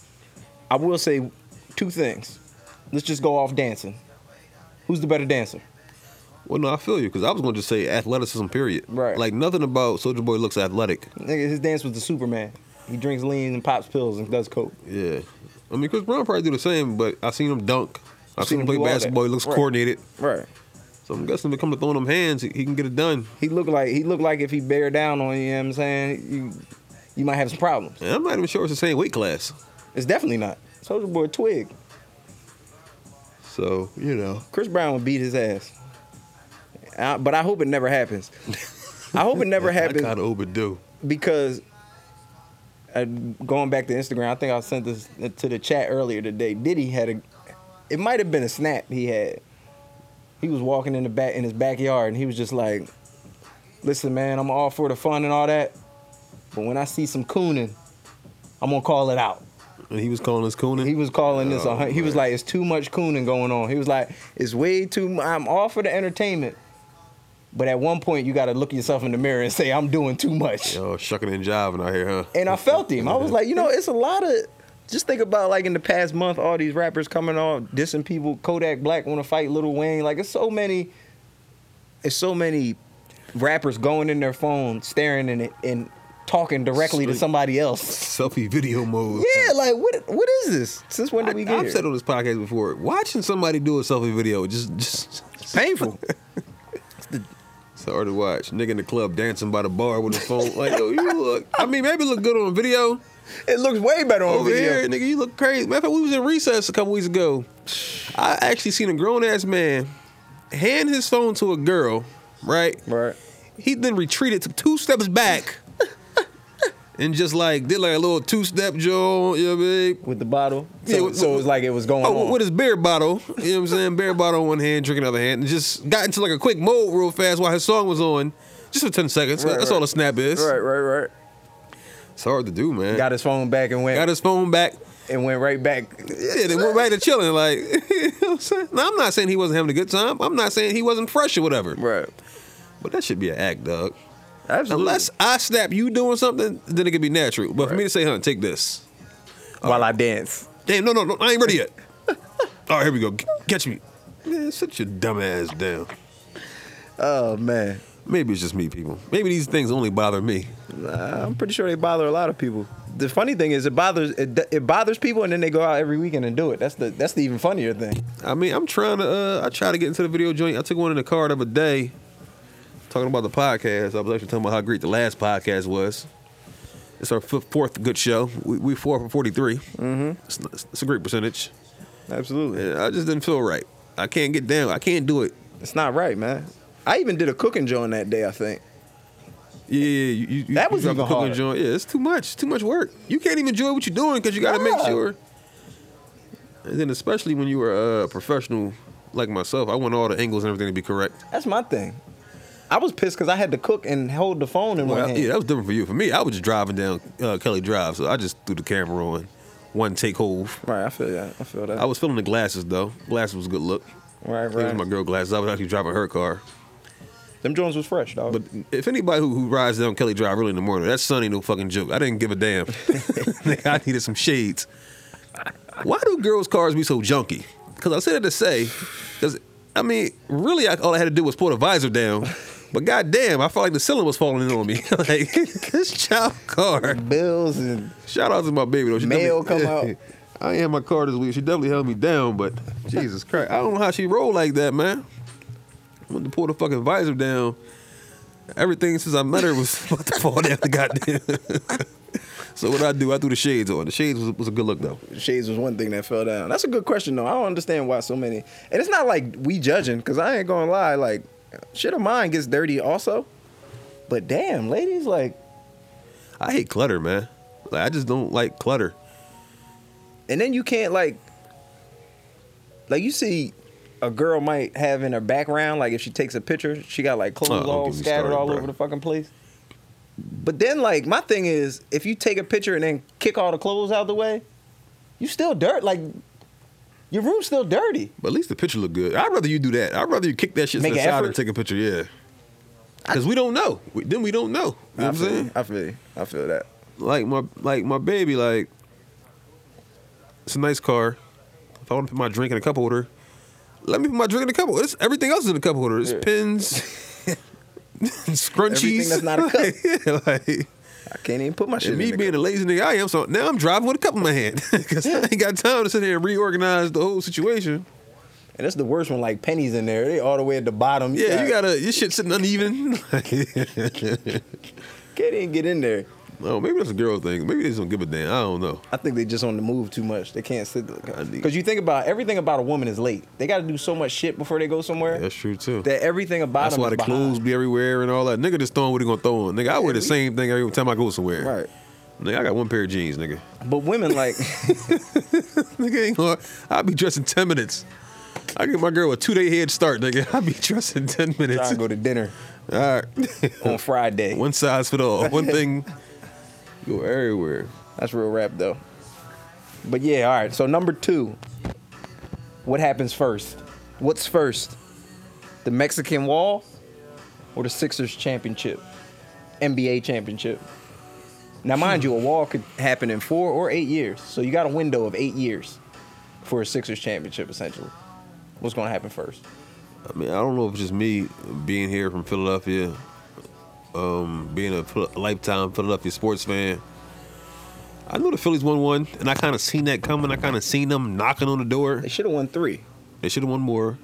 Speaker 1: I will say two things. Let's just go off dancing. Who's the better dancer?
Speaker 2: Well, no, I feel you because I was going to just say athleticism. Period.
Speaker 1: Right.
Speaker 2: Like nothing about Soldier Boy looks athletic.
Speaker 1: Nigga, his dance was the Superman. He drinks lean and pops pills and does coke.
Speaker 2: Yeah. I mean, Chris Brown probably do the same, but I seen him dunk. I
Speaker 1: Seen
Speaker 2: seen, him
Speaker 1: him
Speaker 2: play
Speaker 1: do all that.
Speaker 2: basketball. He looks
Speaker 1: Right.
Speaker 2: coordinated.
Speaker 1: Right.
Speaker 2: So I'm guessing if it comes to throwing them hands, he, he can get it done.
Speaker 1: He looked like he looked like if he bear down on you, you know what I'm saying? You you might have some problems.
Speaker 2: And I'm not even sure it's the same weight class.
Speaker 1: It's definitely not. Soldier Boy Twig.
Speaker 2: So you know.
Speaker 1: Chris Brown would beat his ass. Uh, but I hope it never happens. I hope it never
Speaker 2: I kind
Speaker 1: happens
Speaker 2: of overdue.
Speaker 1: because uh, going back to Instagram, I think I sent this to the chat earlier today. Diddy had a, it might have been a snap he had. He was walking in the back in his backyard and he was just like, "Listen, man, I'm all for the fun and all that, but when I see some cooning, I'm gonna call it out."
Speaker 2: And he was calling us Coonan.
Speaker 1: He was calling this.
Speaker 2: Oh,
Speaker 1: a hun- he was
Speaker 2: man.
Speaker 1: like, "It's too much cooning going on." He was like, "It's way too. mu- I'm all for the entertainment, but at one point you got to look yourself in the mirror and say, I'm doing too much."
Speaker 2: Yo, shucking and jiving out here, huh?
Speaker 1: And I felt him. I was like, you know, it's a lot of. Just think about like in the past month, all these rappers coming on dissing people. Kodak Black want to fight Lil Wayne. Like it's so many. It's so many rappers going in their phone, staring in it, and talking directly to
Speaker 2: Straight.
Speaker 1: somebody else.
Speaker 2: selfie video mode.
Speaker 1: Yeah, like what? What is this? Since when did we
Speaker 2: I,
Speaker 1: get
Speaker 2: I've
Speaker 1: here?
Speaker 2: said on this podcast before, watching somebody do a selfie video just just
Speaker 1: It's painful.
Speaker 2: it's hard to watch. Nigga in the club dancing by the bar with his phone. Like, yo, you look. I mean, maybe look good on video.
Speaker 1: It looks way better on
Speaker 2: Over
Speaker 1: video.
Speaker 2: here, nigga, you look crazy. Matter of fact, we was in recess a couple weeks ago. I actually seen a grown ass man hand his phone to a girl, right?
Speaker 1: Right.
Speaker 2: He then retreated to two steps back. And just like did like a little two step joint, you know what I mean?
Speaker 1: With the bottle. So,
Speaker 2: Yeah, what-
Speaker 1: so it was like it was going
Speaker 2: Oh,
Speaker 1: on.
Speaker 2: with his beer bottle, you know what I'm saying? Beer bottle in one hand, drink in the other hand, and just got into like a quick mode real fast while his song was on, just for 10 seconds.
Speaker 1: Right,
Speaker 2: That's
Speaker 1: right.
Speaker 2: all a snap is.
Speaker 1: right, right, right.
Speaker 2: It's hard to do, man.
Speaker 1: Got his phone back and went
Speaker 2: Got his phone back.
Speaker 1: and went right back.
Speaker 2: Yeah, they went back to chilling. Like, you know what I'm saying? Now, I'm not saying he wasn't having a good time. I'm not saying he wasn't fresh or whatever.
Speaker 1: Right.
Speaker 2: But that should be an act, dog.
Speaker 1: Absolutely.
Speaker 2: Unless I snap you doing something, then it could be natural. But for
Speaker 1: Right.
Speaker 2: me to say, huh, take this.
Speaker 1: while I dance.
Speaker 2: Damn, no, no, no, I ain't ready yet. All right, here we go. C- Catch me. Man, sit your dumb ass down.
Speaker 1: Oh man.
Speaker 2: Maybe it's just me, people. Maybe these things only bother me.
Speaker 1: Nah, I'm pretty sure they bother a lot of people. The funny thing is it bothers it, it bothers people and then they go out every weekend and do it. That's the that's the even funnier thing.
Speaker 2: I mean, I'm trying to. Uh, I try to get into the video joint. I took one in the car the other day, talking about the podcast. I was actually talking about how great the last podcast was. It's our fifth, fourth good show. We, we four for forty Mm-hmm. It's, not- it's a great percentage.
Speaker 1: Absolutely.
Speaker 2: Yeah, I just didn't feel right. I can't get down. I can't do it.
Speaker 1: It's not right, man. I even did a cooking joint that day, I think.
Speaker 2: Yeah, yeah, yeah. You, you,
Speaker 1: That
Speaker 2: you
Speaker 1: was
Speaker 2: dropped the
Speaker 1: even
Speaker 2: cooking
Speaker 1: harder.
Speaker 2: joint. Yeah, it's too much. Too much work. You can't even enjoy what you're doing because you got to make
Speaker 1: Yeah.
Speaker 2: sure. And then, especially when you are a professional like myself, I want all the angles and everything to be correct.
Speaker 1: That's my thing. I was pissed because I had to cook and hold the phone in
Speaker 2: Well,
Speaker 1: one hand.
Speaker 2: yeah, that was different for you. For me, I was just driving down uh, Kelly Drive, so I just threw the camera on, one take hold.
Speaker 1: Right, I feel that. I feel that.
Speaker 2: I was filming the glasses though. Glasses was a good look.
Speaker 1: right,
Speaker 2: It was
Speaker 1: right.
Speaker 2: my girl glasses. I was actually driving her car.
Speaker 1: Them Jones was fresh, dog.
Speaker 2: But if anybody who, who rides down Kelly Drive early in the morning, that's sunny, no fucking joke. I didn't give a damn. Nigga, I needed some shades. Why do girls' cars be so junky? Because I said it to say, because I mean, really, I, all I had to do was pull the visor down. But goddamn, I felt like the ceiling was falling in on me. like this child car.
Speaker 1: bills and
Speaker 2: Shout out to my baby though. She
Speaker 1: Mail
Speaker 2: definitely-
Speaker 1: come out.
Speaker 2: I ain't had my car this week. She definitely held me down, but Jesus Christ, I don't know how she rolled like that, man. I went to pull the fucking visor down. Everything since I met her was about to fall down. The goddamn. so what I do, I threw the shades on. The shades was, was a good look though.
Speaker 1: shades was one thing that fell down. That's a good question though. I don't understand why so many. And it's not like we judging, cause I ain't gonna lie. Like shit of mine gets dirty also. But damn, ladies, like,
Speaker 2: I hate clutter, man. Like I just don't like clutter.
Speaker 1: and then you can't like, like you see a girl might have in her background, like if she takes a picture, she got like clothes
Speaker 2: Oh, don't
Speaker 1: all
Speaker 2: get me
Speaker 1: scattered
Speaker 2: started,
Speaker 1: all
Speaker 2: bro.
Speaker 1: over the fucking place. But then, like, my thing is, if you take a picture and then kick all the clothes out the way, you still dirt. Like, your room's still dirty.
Speaker 2: But at least the picture look good. I'd rather you do that. I'd rather you kick that shit
Speaker 1: Make
Speaker 2: to the
Speaker 1: an
Speaker 2: side
Speaker 1: effort.
Speaker 2: and take a picture. Yeah. Because we don't know. We, then we don't know. You know what I'm
Speaker 1: feel,
Speaker 2: saying?
Speaker 1: I feel, I feel that.
Speaker 2: Like my like my baby. Like it's a nice car. If I want to put my drink in a cup holder, let me put my drink in a cup holder. It's, everything else is in a cup holder. It's
Speaker 1: Yeah.
Speaker 2: pins,
Speaker 1: Everything
Speaker 2: scrunchies.
Speaker 1: that's not a cup.
Speaker 2: yeah, like.
Speaker 1: I can't even put my shit.
Speaker 2: And
Speaker 1: in
Speaker 2: me
Speaker 1: the
Speaker 2: being a lazy nigga I am, so now I'm driving with a cup in my hand because I ain't got time to sit here and reorganize the whole situation.
Speaker 1: And that's the worst one. Like pennies in there, they all the way at the bottom.
Speaker 2: Yeah, you gotta your shit sitting uneven.
Speaker 1: can't even get in there.
Speaker 2: oh, maybe that's a girl thing. Maybe they just don't give a damn. I don't know.
Speaker 1: I think they just on the move too much. They can't sit
Speaker 2: I need-
Speaker 1: because you think about everything about a woman is late. They got to do so much shit before they go somewhere.
Speaker 2: That's true too.
Speaker 1: That everything about
Speaker 2: That's
Speaker 1: them
Speaker 2: why
Speaker 1: is
Speaker 2: the
Speaker 1: behind.
Speaker 2: clothes be everywhere and all that. Nigga just throwing what he gonna throw on. Nigga, I wear the
Speaker 1: we-
Speaker 2: same thing every time I go somewhere.
Speaker 1: Right.
Speaker 2: Nigga, I got one pair of jeans, nigga.
Speaker 1: But women like
Speaker 2: Nigga ain't gonna. I be dressed in ten minutes. I give my girl a two day head start, nigga. I be dressed in ten
Speaker 1: try
Speaker 2: minutes.
Speaker 1: and go to dinner
Speaker 2: All right.
Speaker 1: on Friday.
Speaker 2: One size fit all. One thing go everywhere.
Speaker 1: That's real rap though. But yeah, all right. So number two, what happens first? What's first? The Mexican Wall or the Sixers championship, NBA championship? Now, mind you, a wall could happen in four or eight years. So you got a window of eight years for a Sixers championship, essentially. What's going to happen first?
Speaker 2: I mean, I don't know if it's just me being here from Philadelphia, um, being a Phil- lifetime Philadelphia sports fan. I know the Phillies won one, and I kind of seen that coming. I kind of seen them knocking on the door.
Speaker 1: They should have won three.
Speaker 2: They should have won more,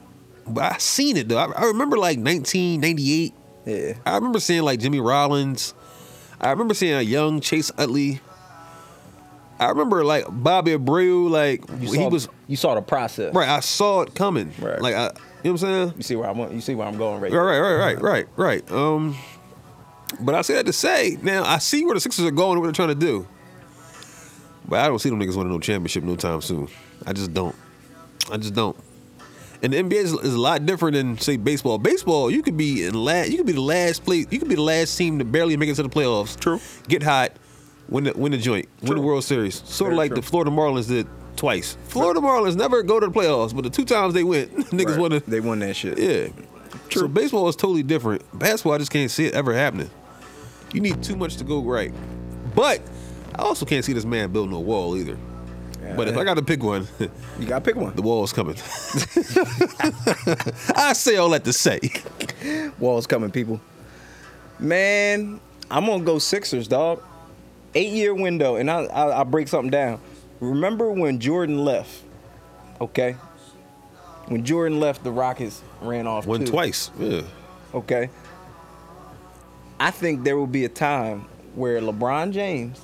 Speaker 2: but I seen it though. I, I remember like 1998.
Speaker 1: Yeah.
Speaker 2: I remember seeing like Jimmy Rollins. I remember seeing a young Chase Utley. I remember like Bobby Abreu. Like
Speaker 1: You
Speaker 2: he
Speaker 1: saw-
Speaker 2: was
Speaker 1: You saw the process.
Speaker 2: right. I saw it coming.
Speaker 1: Right.
Speaker 2: Like I, you know what I'm saying.
Speaker 1: You see where I'm. You see where I'm going right. Uh-huh.
Speaker 2: Right, right, right, right, right, right. Um, but I say that to say now I see where the Sixers are going and what they're trying to do, but I don't see them niggas winning no championship no time soon. I just don't. I just don't. And the NBA is, is a lot different than say baseball. Baseball, you could be in last, you could be the last place, you could be the last team to barely make it to the playoffs.
Speaker 1: True.
Speaker 2: Get hot, win the win the joint, win
Speaker 1: True.
Speaker 2: the World Series. Sort
Speaker 1: Very
Speaker 2: of like
Speaker 1: true.
Speaker 2: the Florida Marlins did twice. Florida Marlins never go to the playoffs, but the two times they went, niggas
Speaker 1: Right.
Speaker 2: won the
Speaker 1: They won that shit.
Speaker 2: yeah. So baseball is totally different. Basketball, I just can't see it ever happening. You need too much to go right. But I also can't see this man building a wall either. But if I got to pick one,
Speaker 1: you gotta pick one.
Speaker 2: the wall's coming. I say all that to say.
Speaker 1: Wall's coming, people. Man, I'm gonna go Sixers, dog. Eight year window, and I I, I break something down. Remember when Jordan left? Okay. When Jordan left, the Rockets ran off.
Speaker 2: Won
Speaker 1: too,
Speaker 2: twice. Yeah.
Speaker 1: Okay. I think there will be a time where LeBron James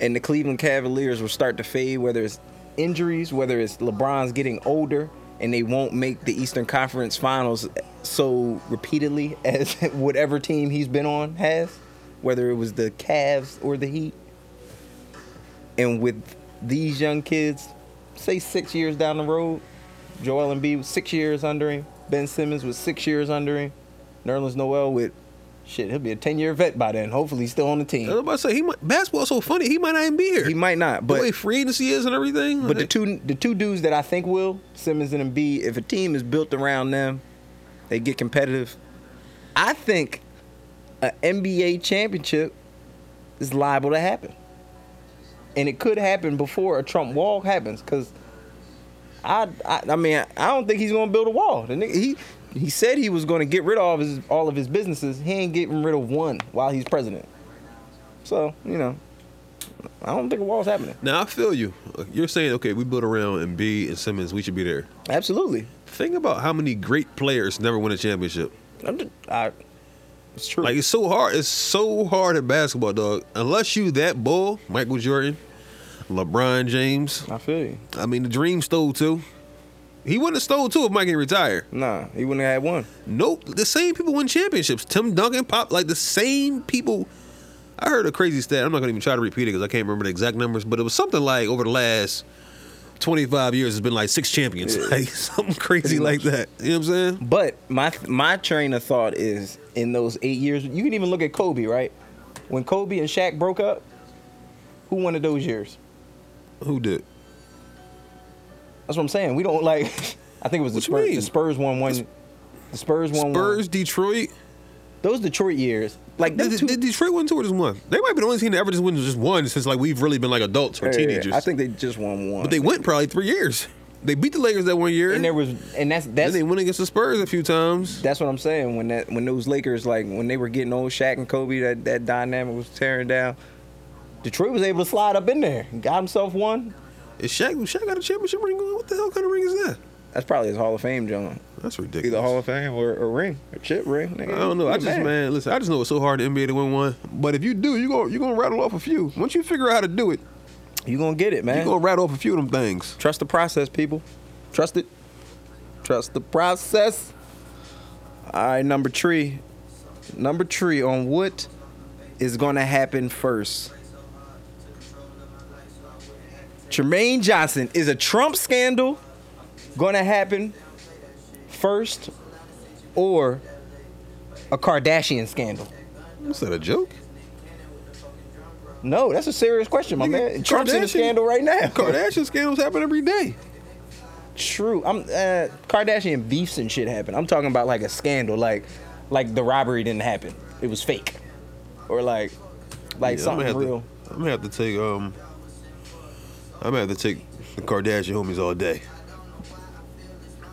Speaker 1: and the Cleveland Cavaliers will start to fade, whether it's injuries, whether it's LeBron's getting older, and they won't make the Eastern Conference Finals so repeatedly as whatever team he's been on has, whether it was the Cavs or the Heat. And with these young kids, say six years down the road, Joel Embiid was six years under him, Ben Simmons was six years under him, Nerlens Noel with shit, he'll be a ten year vet by then. Hopefully, he's still on the
Speaker 2: I was
Speaker 1: team.
Speaker 2: about to say he might, basketball's so funny. He might not even be here.
Speaker 1: He might not,
Speaker 2: the
Speaker 1: but
Speaker 2: way free agency is and everything.
Speaker 1: But the two the two dudes that I think will Simmons and Embiid, if a team is built around them, they get competitive. I think an NBA championship is liable to happen, and it could happen before a Trump wall happens. Because I, I I mean I don't think he's gonna build a wall. The nigga, he he said he was gonna get rid of all of his all of his businesses. He ain't getting rid of one while he's president. So you know, I don't think a wall's happening.
Speaker 2: now I feel you. You're saying okay, we build around and B and Simmons, we should be there.
Speaker 1: Absolutely.
Speaker 2: Think about how many great players never win a championship.
Speaker 1: I'm just, I, it's true.
Speaker 2: Like it's so hard. It's so hard at basketball, dog. Unless you that bull, Michael Jordan, LeBron James.
Speaker 1: I feel you.
Speaker 2: I mean, the dream stole too. He wouldn't have stole too if Mike didn't retire.
Speaker 1: Nah, he wouldn't have had one.
Speaker 2: Nope. The same people win championships. Tim Duncan, Pop, like the same people. I heard a crazy stat. I'm not gonna even try to repeat it because I can't remember the exact numbers, but it was something like over the last 25 years has been like six champions, like something crazy like that. You know what I'm saying?
Speaker 1: But my my train of thought is in those eight years, you can even look at Kobe, right? When Kobe and Shaq broke up, who won of those years?
Speaker 2: Who did?
Speaker 1: That's what I'm saying. We don't like. I think it was the
Speaker 2: What you
Speaker 1: Spurs.
Speaker 2: mean?
Speaker 1: The Spurs won one. The Spurs won
Speaker 2: Spurs,
Speaker 1: one.
Speaker 2: Detroit.
Speaker 1: Those Detroit years, like them
Speaker 2: Did,
Speaker 1: two-
Speaker 2: did Detroit win two or just one? They might be the only team that ever just won just one since like we've really been like adults or
Speaker 1: Yeah, yeah, yeah.
Speaker 2: teenagers.
Speaker 1: I think they just won one.
Speaker 2: but they went probably three years. They beat the Lakers that one year.
Speaker 1: and there was and that's
Speaker 2: then
Speaker 1: that's
Speaker 2: they went against the Spurs a few times.
Speaker 1: that's what I'm saying. When that when those Lakers like when they were getting old, Shaq and Kobe, that that dynamic was tearing down. Detroit was able to slide up in there, got himself one.
Speaker 2: Is Shaq, Shaq got a championship ring on? What the hell kind of ring is that?
Speaker 1: That's probably his Hall of Fame, John.
Speaker 2: That's ridiculous.
Speaker 1: Either Hall of Fame or a ring, a chip ring. Nigga.
Speaker 2: I don't know. I just man. listen. I just know it's so hard to NBA to win one. But if you do, you go you gonna rattle off a few. Once you figure out how to do it,
Speaker 1: you gonna get it,
Speaker 2: you
Speaker 1: man.
Speaker 2: gonna rattle off a few of them things.
Speaker 1: Trust the process, people. Trust it. Trust the process. All right, number three. Number three on what is gonna happen first. Tremaine Johnson is a Trump scandal gonna happen first, or a Kardashian scandal?
Speaker 2: Is that a joke?
Speaker 1: No, that's a serious question, my man.
Speaker 2: Nigga,
Speaker 1: Trump's in a
Speaker 2: Kardashian-
Speaker 1: scandal right now.
Speaker 2: Kardashian scandals happen every day.
Speaker 1: True. I'm uh, Kardashian beefs and shit happen. I'm talking about like a scandal, like like the robbery didn't happen. It was fake, or like like
Speaker 2: Yeah,
Speaker 1: something
Speaker 2: I'm gonna have
Speaker 1: real.
Speaker 2: To, I'm gonna have to take um. I'm gonna have to take the Kardashian homies all day.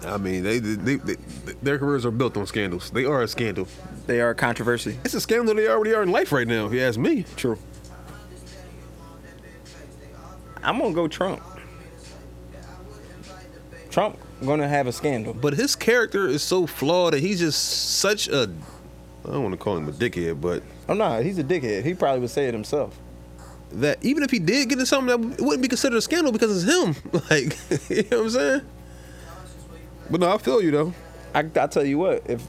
Speaker 2: I mean, they, they, they, they their careers are built on scandals. They are a scandal.
Speaker 1: They are controversy.
Speaker 2: It's a scandal they already are in life right now. If you ask me,
Speaker 1: True. I'm gonna go Trump. Trump gonna have a scandal.
Speaker 2: but his character is so flawed, and he's just such a. I don't want to call him a dickhead, but
Speaker 1: Oh no, he's a dickhead. He probably would say it himself.
Speaker 2: that even if he did get into something, that wouldn't be considered a scandal because it's him. Like, you know what I'm saying? But no, I feel you though.
Speaker 1: I I tell you what, if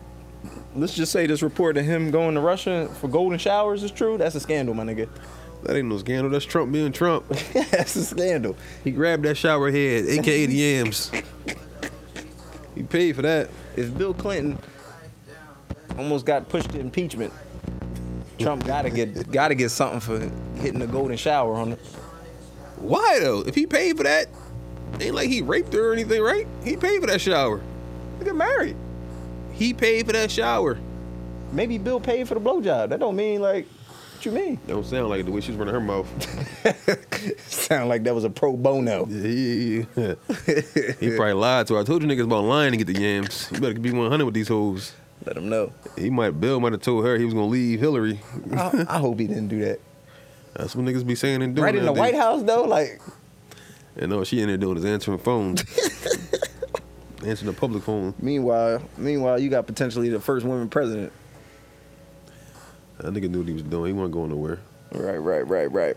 Speaker 1: let's just say this report of him going to Russia for golden showers is true, that's a scandal, my nigga.
Speaker 2: That ain't no scandal. That's Trump being Trump.
Speaker 1: that's a scandal.
Speaker 2: He grabbed that shower head, aka the yams. He paid for that.
Speaker 1: if Bill Clinton almost got pushed to impeachment, Trump gotta get gotta get something for hitting the golden shower on it.
Speaker 2: Why though? If he paid for that, ain't like he raped her or anything, right? He paid for that shower.
Speaker 1: They get married.
Speaker 2: He paid for that shower.
Speaker 1: Maybe Bill paid for the blowjob. That don't mean like what you mean.
Speaker 2: Don't sound like the way she's running her mouth.
Speaker 1: Sound like that was a pro bono.
Speaker 2: he probably lied to her. I told you niggas about lying to get the yams. You better be 100 with these hoes.
Speaker 1: Let him know.
Speaker 2: He might Bill might have told her he was gonna leave Hillary.
Speaker 1: I, I hope he didn't do that.
Speaker 2: That's what niggas be saying and doing.
Speaker 1: Right in the
Speaker 2: nowadays.
Speaker 1: White House though, like
Speaker 2: And all she in there doing is answering phones, answering the public phone.
Speaker 1: meanwhile, meanwhile you got potentially the first woman president.
Speaker 2: That nigga knew what he was doing. He wasn't going nowhere.
Speaker 1: Right, right, right, right.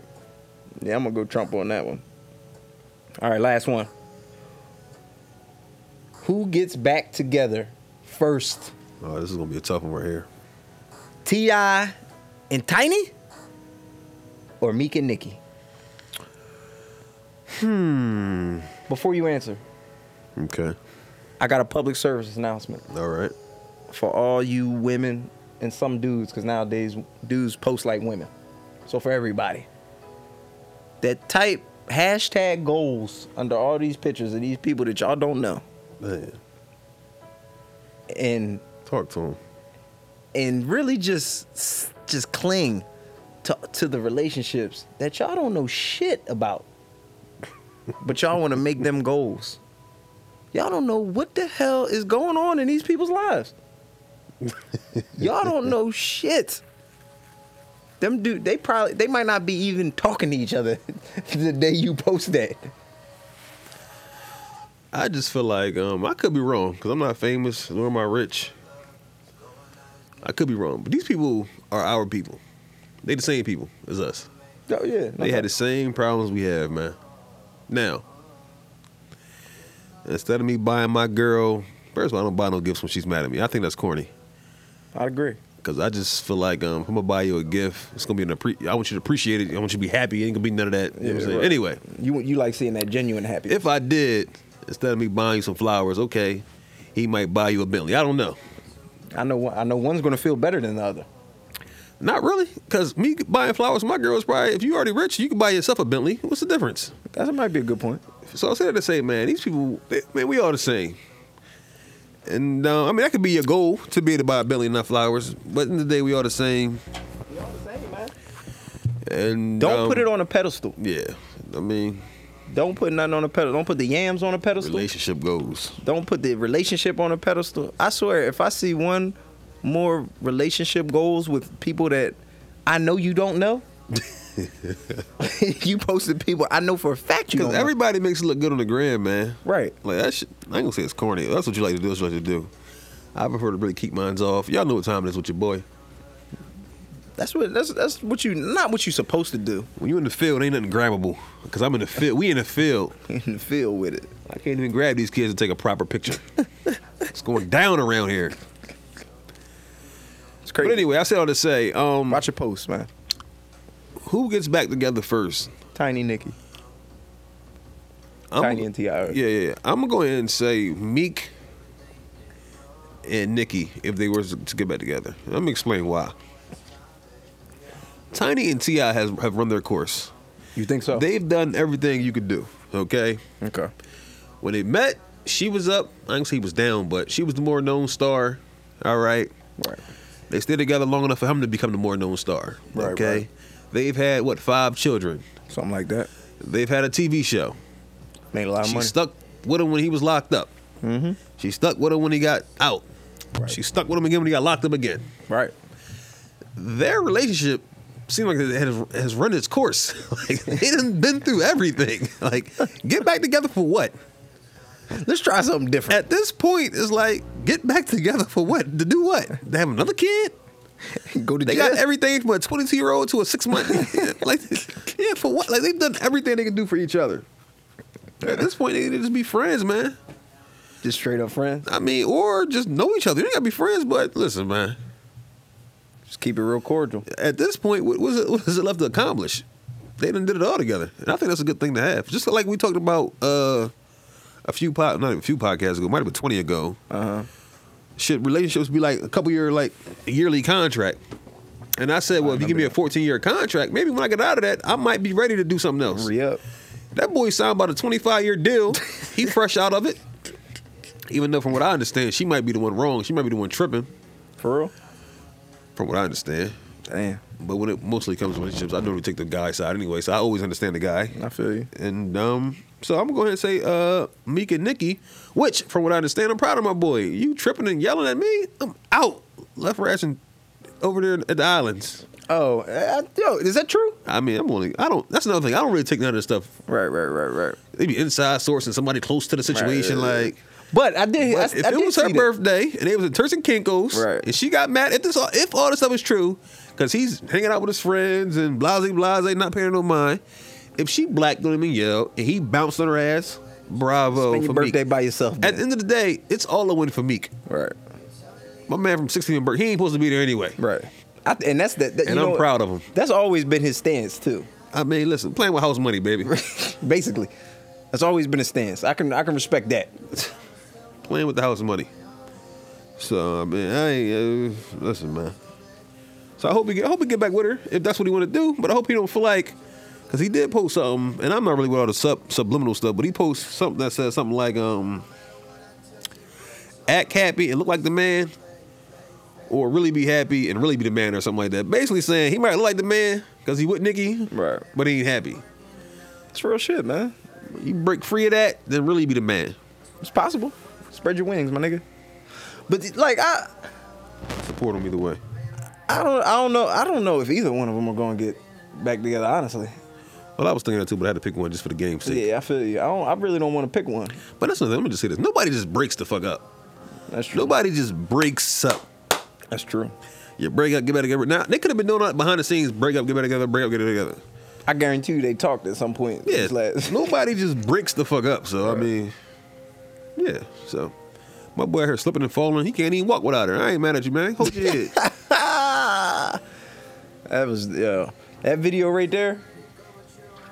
Speaker 1: Yeah, I'm gonna go Trump on that one. All right, last one. Who gets back together first?
Speaker 2: Oh, this is gonna be a tough one right here.
Speaker 1: Ti and Tiny, or Meek and Nicki?
Speaker 2: Hmm.
Speaker 1: Before you answer,
Speaker 2: Okay.
Speaker 1: I got a public service announcement
Speaker 2: All right.
Speaker 1: for all you women and some dudes, because nowadays dudes post like women. So for everybody, that type hashtag goals under all these pictures of these people that y'all don't know.
Speaker 2: Man,
Speaker 1: and
Speaker 2: talk to him.
Speaker 1: and really just just cling to, to the relationships that y'all don't know shit about but y'all want to make them goals y'all don't know what the hell is going on in these people's lives y'all don't know shit them dude they probably they might not be even talking to each other the day you post that
Speaker 2: I just feel like um, I could be wrong because I'm not famous nor am I rich. I could be wrong, but these people are our people. They the same people as us.
Speaker 1: oh yeah
Speaker 2: They had the same problems we have, man. Now, instead of me buying my girl, first of all, I don't buy no gifts when she's mad at me. I think that's corny.
Speaker 1: i agree
Speaker 2: Cause I just feel like um, if I'm gonna buy you a gift, it's gonna be an appre- I want you to appreciate it. I want you to be happy. It ain't gonna be none of that. You know what I'm
Speaker 1: Yeah,
Speaker 2: saying?
Speaker 1: right.
Speaker 2: Anyway,
Speaker 1: You you like seeing that genuine happy?
Speaker 2: if I did, instead of me buying you some flowers, okay, he might buy you a Bentley. I don't know.
Speaker 1: I know one- I know one's gonna feel better than the other.
Speaker 2: Not really, cause me buying flowers, my girl is probably. If you already rich, you can buy yourself a Bentley. What's the difference?
Speaker 1: That might be a good point.
Speaker 2: So I said to say, man, these people, they, man, we all the same. And uh, I mean, that could be your goal to be able to buy a Bentley, not flowers. But in the day, we all the same. And
Speaker 1: Don't
Speaker 2: um,
Speaker 1: put it on a pedestal.
Speaker 2: Yeah, I mean,
Speaker 1: Don't put nothing on a pedestal. Don't put the yams on a pedestal.
Speaker 2: relationship goals.
Speaker 1: Don't put the relationship on a pedestal. I swear, if I see one more relationship goals with people that I know you don't know, you posted people I know for a fact you don't
Speaker 2: Because
Speaker 1: know.
Speaker 2: everybody makes it look good on the gram, man.
Speaker 1: Right.
Speaker 2: Like that shit. I ain't gonna say it's corny. That's what you like to do. That's what you like to do. I prefer to really keep mines off. Y'all know what time it is with your boy.
Speaker 1: that's what that's that's what you not what you supposed to do
Speaker 2: When you in the field, ain't nothing grabbable. Cause I'm in the field. We in the field.
Speaker 1: in the field with it.
Speaker 2: I can't even grab these kids to take a proper picture. it's going down around here.
Speaker 1: It's
Speaker 2: But
Speaker 1: crazy.
Speaker 2: anyway, I said all to say, um,
Speaker 1: watch your post, man.
Speaker 2: who gets back together first?
Speaker 1: Tiny Nikki,
Speaker 2: I'm-
Speaker 1: Tiny and Ti.
Speaker 2: Yeah, yeah. I'm gonna go ahead and say Meek and Nicki if they were to get back together. Let me explain why. Tiny and Ti has have run their course.
Speaker 1: You think so?
Speaker 2: They've done everything you could do. Okay.
Speaker 1: okay.
Speaker 2: When they met, she was up. I can say he was down, but she was the more known star. All right.
Speaker 1: Right.
Speaker 2: They stayed together long enough for him to become the more known star.
Speaker 1: Right,
Speaker 2: okay.
Speaker 1: right.
Speaker 2: They've had what five children.
Speaker 1: Something like that.
Speaker 2: They've had a TV show.
Speaker 1: Made a lot of
Speaker 2: She
Speaker 1: money.
Speaker 2: stuck with him when he was locked up. Mm-hmm. She stuck with him when he got out.
Speaker 1: Right.
Speaker 2: She stuck with him again when he got locked up again.
Speaker 1: Right.
Speaker 2: Their relationship seemed like it has, has run its course. like they done been through everything. Like get back together for what?
Speaker 1: Let's try something different.
Speaker 2: At this point, it's like get back together for what? To do what? To have another kid?
Speaker 1: Go to
Speaker 2: They
Speaker 1: jail.
Speaker 2: got everything from a 22 year old to a six month. like, yeah, for what? Like, they've done everything they can do for each other. At this point, they need to just be friends, man.
Speaker 1: just straight up friends.
Speaker 2: I mean, or just know each other. You ain't gotta be friends, but listen, man.
Speaker 1: Just keep it real cordial.
Speaker 2: At this point, what was it? What is it left to accomplish? They done did it all together, and I think that's a good thing to have. Just like we talked about uh, a few pod, not even a few podcasts ago, might have been twenty ago.
Speaker 1: Uh huh.
Speaker 2: Should relationships be like a couple year, like a yearly contract? And I said, well, if you give me a fourteen year contract, maybe when I get out of that, I might be ready to do something else.
Speaker 1: Hurry up.
Speaker 2: That boy signed about a 25 year deal. He fresh out of it. Even though, from what I understand, she might be the one wrong. She might be the one tripping,
Speaker 1: For real.
Speaker 2: from what I understand.
Speaker 1: Damn.
Speaker 2: But when it mostly comes to relationships, I normally take the guy side anyway, so I always understand the guy.
Speaker 1: I feel you.
Speaker 2: And um, so I'm gonna go ahead and say uh, Meek and Nikki, which, from what I understand, I'm proud of my boy. You tripping and yelling at me? I'm out. Left rashing over there at the islands.
Speaker 1: Oh, uh, yo, is that true?
Speaker 2: I mean, I'm only. I don't. That's another thing. I don't really take none of this stuff.
Speaker 1: Right, right, right, right.
Speaker 2: They be inside source and somebody close to the situation,
Speaker 1: right, right.
Speaker 2: like.
Speaker 1: But I did.
Speaker 2: But
Speaker 1: I,
Speaker 2: if
Speaker 1: I
Speaker 2: it
Speaker 1: did
Speaker 2: was her
Speaker 1: see that.
Speaker 2: birthday and it was at Turks and Kinkos,
Speaker 1: Right.
Speaker 2: and she got mad if this all, if all this stuff is true, because he's hanging out with his friends and blase blase, not paying no mind. If she blacked on him and yelled, and he bounced on her ass, bravo
Speaker 1: Spend
Speaker 2: for
Speaker 1: your birthday
Speaker 2: Meek.
Speaker 1: by yourself.
Speaker 2: At
Speaker 1: man.
Speaker 2: the end of the day, it's all a win for Meek.
Speaker 1: right,
Speaker 2: My man from 16 and Burke, he ain't supposed to be there anyway.
Speaker 1: right. I, and that's that. that
Speaker 2: And
Speaker 1: you
Speaker 2: I'm
Speaker 1: know,
Speaker 2: proud of him.
Speaker 1: That's always been his stance too.
Speaker 2: I mean, listen, playing with house money, baby.
Speaker 1: Basically, that's always been his stance. I can I can respect that.
Speaker 2: playing with the house money. So I mean, I ain't, uh, listen, man. So I hope he get, I hope he get back with her if that's what he want to do. But I hope he don't feel like, cause he did post something, and I'm not really with all the sub subliminal stuff, but he posted something that says something like, um, act happy and look like the man, or really be happy and really be the man, or something like that. Basically saying he might look like the man cause he with Nikki,
Speaker 1: Right.
Speaker 2: But he ain't happy.
Speaker 1: It's real shit, man.
Speaker 2: You break free of that, then really be the man.
Speaker 1: It's possible. Spread your wings, my nigga. But like I,
Speaker 2: Support him either way.
Speaker 1: I don't I don't know I don't know if either one of them are gonna get back together. Honestly,
Speaker 2: Well, I was thinking that too, but I had to pick one just for the game's sake.
Speaker 1: yeah, I feel you. I don't. I really don't want to pick one.
Speaker 2: But that's another. Let me just say this: nobody just breaks the fuck up.
Speaker 1: That's true.
Speaker 2: Nobody just breaks up.
Speaker 1: That's true.
Speaker 2: You break up, get back together. Now they could have been doing that behind the scenes: break up, get back together, break up, get back together.
Speaker 1: I guarantee you they talked at some point.
Speaker 2: Yeah,
Speaker 1: This last-
Speaker 2: nobody just breaks the fuck up. So I
Speaker 1: Right.
Speaker 2: mean, yeah. So my boy here slipping and falling. He can't even walk without her. I ain't mad at you, man. Hold your head.
Speaker 1: That was yeah. That video right there.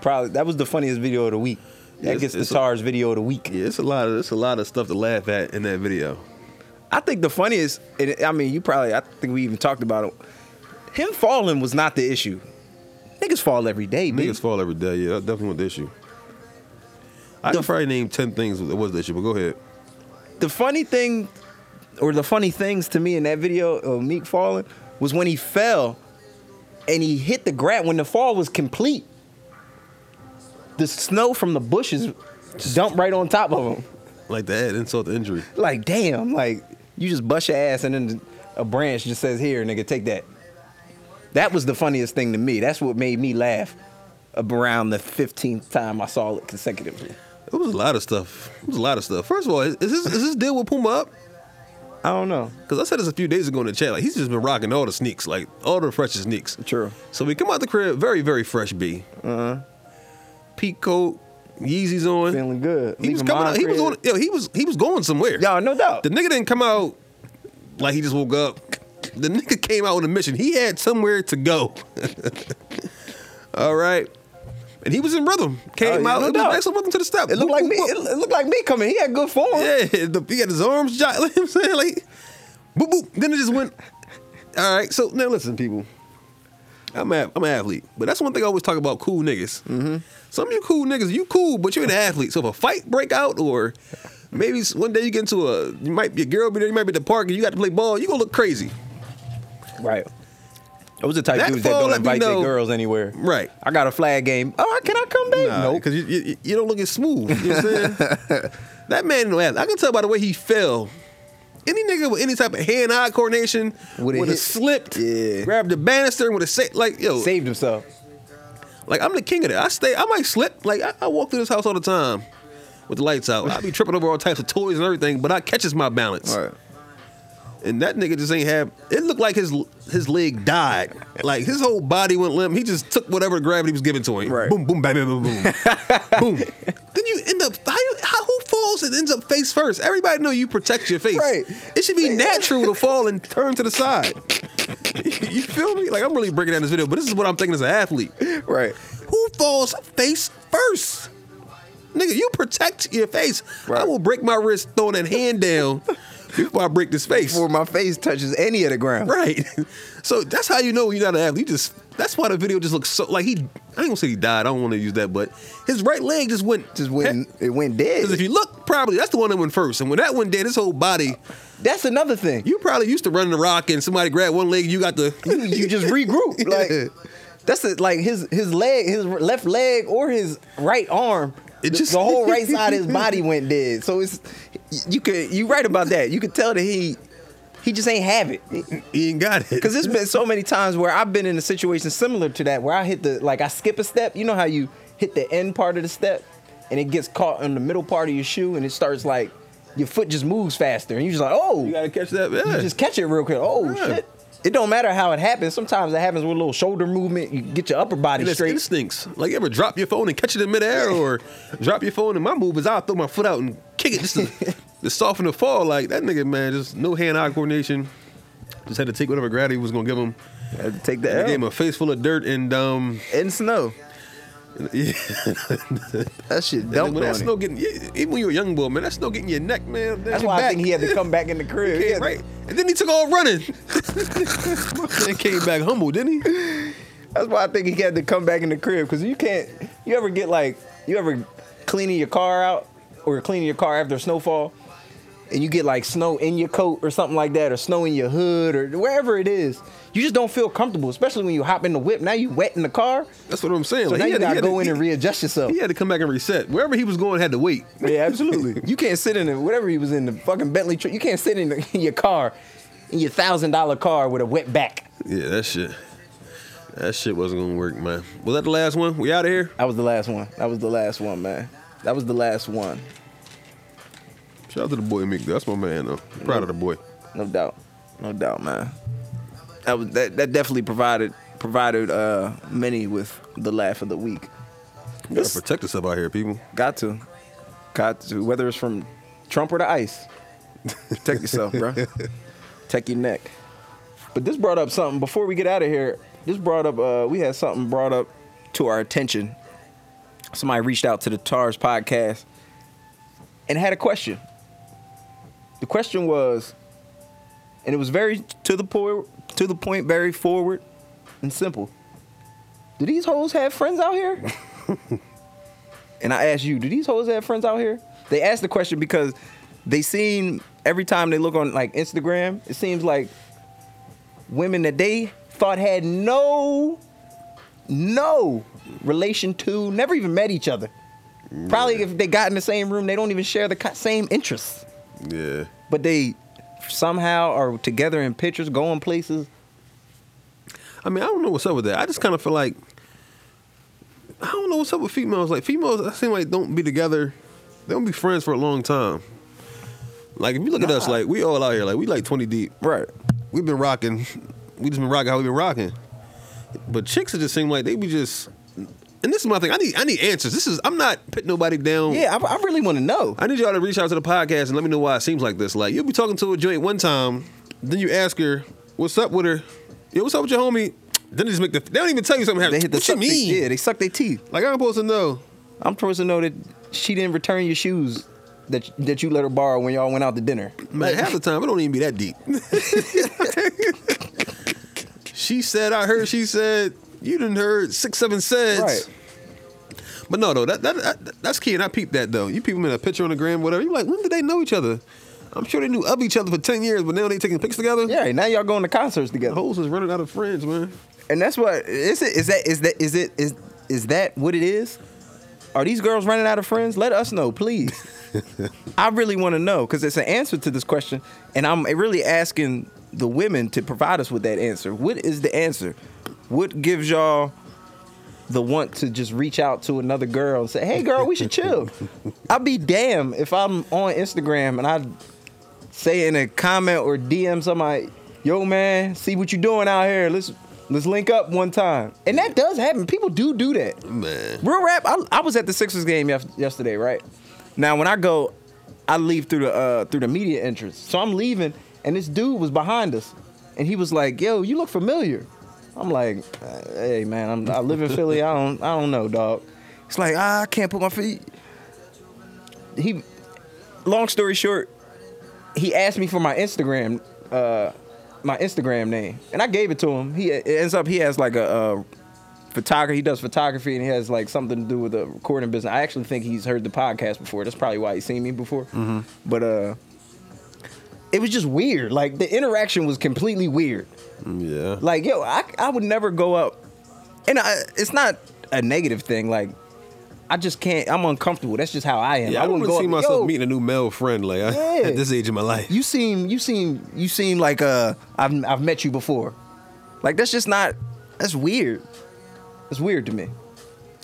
Speaker 1: Probably that was the funniest video of the week. That
Speaker 2: It's-
Speaker 1: gets the
Speaker 2: it's a-
Speaker 1: TARS video of the week.
Speaker 2: Yeah, it's a lot of it's a lot of stuff to laugh at in that video.
Speaker 1: I think the funniest. And I mean, you probably. I think we even talked about it. Him falling was not the issue. Niggas fall every day, B.
Speaker 2: Niggas fall every day. Yeah, that's definitely what the issue. I could probably name ten things that was the issue, but go ahead.
Speaker 1: the funny thing or the funny things to me in that video of Meek falling was when he fell and he hit the ground when the fall was complete. The snow from the bushes dumped right on top of him.
Speaker 2: Like to add insult to injury.
Speaker 1: Like damn, like you just bust your ass and then a branch just says here nigga take that. That was the funniest thing to me. That's what made me laugh around the 15th time I saw it consecutively.
Speaker 2: It was a lot of stuff. It was a lot of stuff. First of all, is is this is this deal with Puma up?
Speaker 1: I don't know.
Speaker 2: Because I said this a few days ago in the chat. Like he's just been rocking all the sneaks, like all the freshest sneaks.
Speaker 1: True. Uh-huh.
Speaker 2: So we come out the crib, very very fresh. B. Uh huh. Peak coat, Yeezys on.
Speaker 1: Feeling good.
Speaker 2: He was
Speaker 1: Leaving
Speaker 2: coming
Speaker 1: my
Speaker 2: out. He was
Speaker 1: crib.
Speaker 2: on. Yo, he was he was going somewhere.
Speaker 1: Y'all, no doubt.
Speaker 2: The nigga didn't come out like he just woke up. The nigga came out on a mission. He had somewhere to go. All right. And he was in rhythm. Came
Speaker 1: Oh, yeah,
Speaker 2: out.
Speaker 1: no
Speaker 2: it was
Speaker 1: doubt.
Speaker 2: nice and welcome to the step.
Speaker 1: It looked like me. It, it looked like me coming. He had good form.
Speaker 2: Yeah, the, he got his arms shot. Like I'm saying, like, boop boop. Then it just went. All right. So now listen, people. I'm a, I'm an athlete, but that's one thing I always talk about. Cool niggas. Mm-hmm. Some of you cool niggas, you cool, but you're an athlete. So if a fight break out, or maybe s- one day you get into a, you might be a girl, be there, you might be at the park, and you got to play ball. You gonna look crazy,
Speaker 1: Right. It was the type
Speaker 2: That
Speaker 1: of dudes that
Speaker 2: fall
Speaker 1: don't
Speaker 2: let me
Speaker 1: invite their
Speaker 2: know-
Speaker 1: girls anywhere.
Speaker 2: right?
Speaker 1: I got a flag game. Oh, can I come back?
Speaker 2: No,
Speaker 1: nope.
Speaker 2: because you, you, you don't look as smooth. You know what I'm saying? that man, no athlete. I can tell by the way he fell. Any nigga with any type of hand-eye coordination would
Speaker 1: Would've
Speaker 2: have
Speaker 1: hit-
Speaker 2: slipped,
Speaker 1: Yeah.
Speaker 2: grabbed the banister, and would have said, like, yo,
Speaker 1: Saved himself.
Speaker 2: like I'm the king of that. I stay, I might slip. Like I, I walk through this house all the time with the lights out. I be tripping over all types of toys and everything, but I catches my balance. And that nigga just ain't have. It looked like his his leg died. Like his whole body went limp. He just took whatever gravity was given to him.
Speaker 1: Right.
Speaker 2: Boom, boom, bam, bam, boom, boom, boom. Then you end up how, you- how who falls and ends up face first. Everybody know you protect your face.
Speaker 1: Right.
Speaker 2: It should be natural to fall and turn to the side. you feel me? Like I'm really breaking down this video, but this is what I'm thinking as an athlete.
Speaker 1: Right.
Speaker 2: Who falls face first? Nigga, you protect your face. I
Speaker 1: Right.
Speaker 2: will break my wrist throwing that hand down before I break this face.
Speaker 1: Before my face touches any of the ground.
Speaker 2: Right. So that's how you know you're not an athlete. You just that's why the video just looks so like he I ain't gonna say he died, I don't wanna use that, but his right leg just went
Speaker 1: Just went. It went
Speaker 2: because if
Speaker 1: dead.
Speaker 2: you look, probably that's the one that went first. And when that one did, his whole body,
Speaker 1: That's another thing. You
Speaker 2: you probably used to running the rock and somebody grabbed one leg, you got the
Speaker 1: you just regroup.
Speaker 2: Yeah.
Speaker 1: Like that's it. Like his his leg, his left leg or his right arm.
Speaker 2: It
Speaker 1: It
Speaker 2: just-
Speaker 1: just, the whole right side of his body went dead. So it's you could you right about that. You could tell that he he just ain't have it.
Speaker 2: he ain't got it.
Speaker 1: Cause there's been so many times where I've been in a situation similar to that where I hit the like I skip a step. You know how you hit the end part of the step and it gets caught in the middle part of your shoe and it starts like your foot just moves faster and you're just like, oh
Speaker 2: you
Speaker 1: you,
Speaker 2: gotta catch that. Yeah.
Speaker 1: just catch it real quick. Oh
Speaker 2: Yeah.
Speaker 1: shit. It don't matter how it happens. Sometimes it happens with a little shoulder movement. You get your upper body
Speaker 2: And it's
Speaker 1: straight.
Speaker 2: instincts. Like you ever drop your phone and catch it in midair, or drop your phone and my move is I'll throw my foot out and kick it just to, to soften the fall. Like that nigga, man, just no hand-eye coordination. Just had to take whatever gravity was gonna give him.
Speaker 1: Had to Take
Speaker 2: They
Speaker 1: the
Speaker 2: gave him
Speaker 1: L.
Speaker 2: a face full of dirt and um.
Speaker 1: And snow.
Speaker 2: Yeah,
Speaker 1: That shit
Speaker 2: and
Speaker 1: dumped
Speaker 2: when that
Speaker 1: on
Speaker 2: snow
Speaker 1: it.
Speaker 2: getting, yeah, even when you were a young boy, man, that snow getting your neck, man.
Speaker 1: That's why I think he had to come back in the crib. He had to-
Speaker 2: right, and then he took off running. and came back humble, didn't he?
Speaker 1: That's why I think he had to come back in the crib because you can't. You ever get like you ever cleaning your car out or cleaning your car after a snowfall, and you get like snow in your coat or something like that, or snow in your hood or wherever it is. You just don't feel comfortable, especially when you hop in the whip. Now you wet in the car,
Speaker 2: That's what I'm saying.
Speaker 1: so
Speaker 2: like,
Speaker 1: now
Speaker 2: he
Speaker 1: you
Speaker 2: had to-
Speaker 1: gotta
Speaker 2: he had
Speaker 1: go
Speaker 2: to-
Speaker 1: in and
Speaker 2: he-
Speaker 1: readjust yourself.
Speaker 2: He had to come back and reset. Wherever he was going, had to wait.
Speaker 1: Yeah, absolutely. you can't sit in the, whatever he was in the fucking Bentley. Tri- you can't sit in, the, in your car, in your thousand dollar car with a wet back.
Speaker 2: Yeah, that shit. That shit wasn't gonna work, man. Was that the last one? We out of here?
Speaker 1: That was the last one. That was the last one, man. That was the last one.
Speaker 2: Shout out to the boy Meek. though. That's my man, though. Proud of the boy.
Speaker 1: No doubt. No doubt, man. That was that, that definitely provided provided uh many with the laugh of the week.
Speaker 2: We gotta protect yourself out here, people.
Speaker 1: Got to. Got to whether it's from Trump or the ice. Protect yourself, bro. Protect your neck. But this brought up something before we get out of here. This brought up. Uh, we had something brought up to our attention. Somebody reached out to the TARS podcast and had a question. The question was, and it was very to the point, to the point, very forward and simple. Do these hoes have friends out here? and I asked you, do these hoes have friends out here? They asked the question because they seem every time they look on like Instagram, it seems like women that they thought had no no relation to, never even met each other. Probably if they got in the same room, they don't even share the co- same interests.
Speaker 2: Yeah.
Speaker 1: But they somehow are together in pictures, going places.
Speaker 2: I mean, I don't know what's up with that. I just kind of feel like I don't know what's up with females. Like females, I seem like don't be together. They don't be friends for a long time. Like if you look at us, like we all out here, like we like twenty deep.
Speaker 1: Right.
Speaker 2: We've been rocking. We just been rocking how we been rocking. But chicks, it just seem like they be just. And this is my thing. I need I need answers. This is I'm not putting nobody down.
Speaker 1: Yeah, I, I really want to know.
Speaker 2: I need y'all to reach out to the podcast and let me know why it seems like this. Like you'll be talking to a joint one time, then you ask her, "What's up with her? Yo, what's up with your homie?" Then they just make the. They don't even tell you something happened.
Speaker 1: They hit the
Speaker 2: what you
Speaker 1: suck they-
Speaker 2: mean?
Speaker 1: yeah, they suck their teeth.
Speaker 2: Like I'm supposed to know.
Speaker 1: I'm supposed to know that she didn't return your shoes that that you let her borrow when y'all went out to dinner.
Speaker 2: Man, half the time it don't even be that deep. she said, "I heard." She said, "You didn't heard six, seven says."
Speaker 1: Right.
Speaker 2: But no, though that, that, that that's key, and I peeped that though. You people made a picture on the gram, whatever. You like, when did they know each other? I'm sure they knew of each other for ten years, but now they taking pics together.
Speaker 1: Yeah, now y'all going to concerts together.
Speaker 2: hoes is running out of friends, man.
Speaker 1: And that's what is it is that is that is it is is that what it is? Are these girls running out of friends? Let us know, please. I really want to know because it's an answer to this question, and I'm really asking the women to provide us with that answer. What is the answer? What gives y'all the want to just reach out to another girl and say, "Hey, girl, we should chill"? I'll be damn if I'm on Instagram and I say in a comment or DM somebody, "Yo, man, see what you doing out here? Let's let's link up one time." And that does happen. People do do that.
Speaker 2: Man,
Speaker 1: Real rap. I, I was at the Sixers game yef- yesterday, right? Now when I go, I leave through the uh, through the media entrance. So I'm leaving, and this dude was behind us, and he was like, "Yo, you look familiar." I'm like, uh, "Hey man, I'm, I live in Philly. I don't I don't know, dog." It's like ah, I can't put my feet. He, long story short, he asked me for my Instagram, uh, my Instagram name, and I gave it to him. He it ends up he has like a. Uh, photography. He does photography and he has like something to do with the recording business. I actually think he's heard the podcast before. That's probably why he's seen me before.
Speaker 2: Mm-hmm.
Speaker 1: But uh, it was just weird. Like the interaction was completely weird.
Speaker 2: yeah.
Speaker 1: Like yo, I I would never go up, and I, it's not a negative thing. Like. I just can't. I'm uncomfortable. That's just how I am.
Speaker 2: Yeah, I,
Speaker 1: wouldn't
Speaker 2: wouldn't see
Speaker 1: go up,
Speaker 2: myself
Speaker 1: "Yo,
Speaker 2: meeting a new male friend like I,
Speaker 1: Yeah.
Speaker 2: at this age of my life.
Speaker 1: you seem you seem you seem like uh I've I've met you before. Like that's just not that's weird. It's weird to me.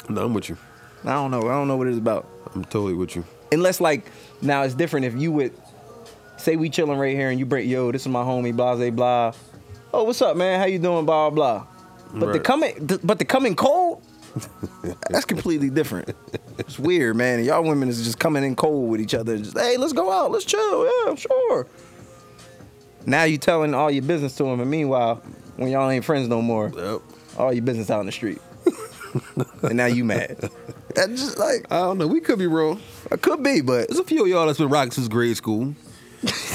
Speaker 2: no, I'm with you.
Speaker 1: I don't know. I don't know what it's about.
Speaker 2: I'm totally with you.
Speaker 1: Unless like now it's different if you would say we chilling right here and you bring yo, this is my homie, blah blah blah. Oh, what's up, man? How you doing? Blah blah. But the
Speaker 2: Right.
Speaker 1: coming th- but the coming cold, that's completely different. It's weird, man. Y'all women is just coming in cold with each other. and Just, hey, let's go out, let's chill. Yeah, sure. Now you telling all your business to him, and meanwhile, when y'all ain't friends no more,
Speaker 2: Yep.
Speaker 1: all your business out in the street. and now you mad. That's just like
Speaker 2: I don't know. We could be wrong.
Speaker 1: it could be, but
Speaker 2: There's a few of y'all that's been rocking since grade school,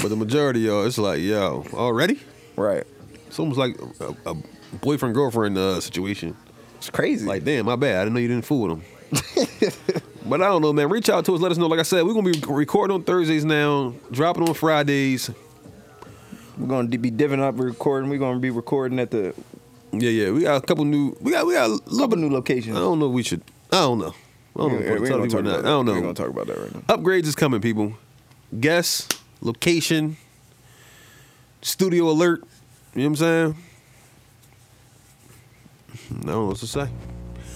Speaker 2: but the majority of y'all, it's like, yo, already?
Speaker 1: right.
Speaker 2: It's almost like a, a boyfriend girlfriend uh, situation.
Speaker 1: It's crazy.
Speaker 2: Like, damn, my bad. I didn't know you didn't fool with them. but I don't know, man. Reach out to us. Let us know. Like I said, we're gonna be recording on Thursdays now, dropping on Fridays.
Speaker 1: We're gonna be divvying up recording. We're gonna be recording at the
Speaker 2: Yeah, yeah. We got a couple new. We got we got a little
Speaker 1: couple
Speaker 2: bit
Speaker 1: new locations.
Speaker 2: Oh, I don't know. if We should. I don't know. I don't know.
Speaker 1: We-
Speaker 2: if I
Speaker 1: we
Speaker 2: wanna
Speaker 1: ain't
Speaker 2: tell
Speaker 1: gonna
Speaker 2: people or
Speaker 1: talk
Speaker 2: not.
Speaker 1: about
Speaker 2: I don't
Speaker 1: that.
Speaker 2: know.
Speaker 1: We ain't gonna talk about that right now.
Speaker 2: Upgrades is coming, people. Guess, location, studio alert. You know what I'm saying? I don't know what to say.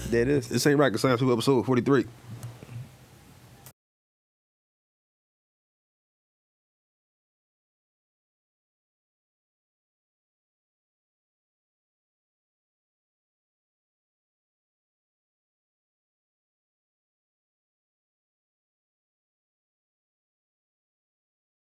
Speaker 1: There it is.
Speaker 2: This ain't Rocket Science People episode 43.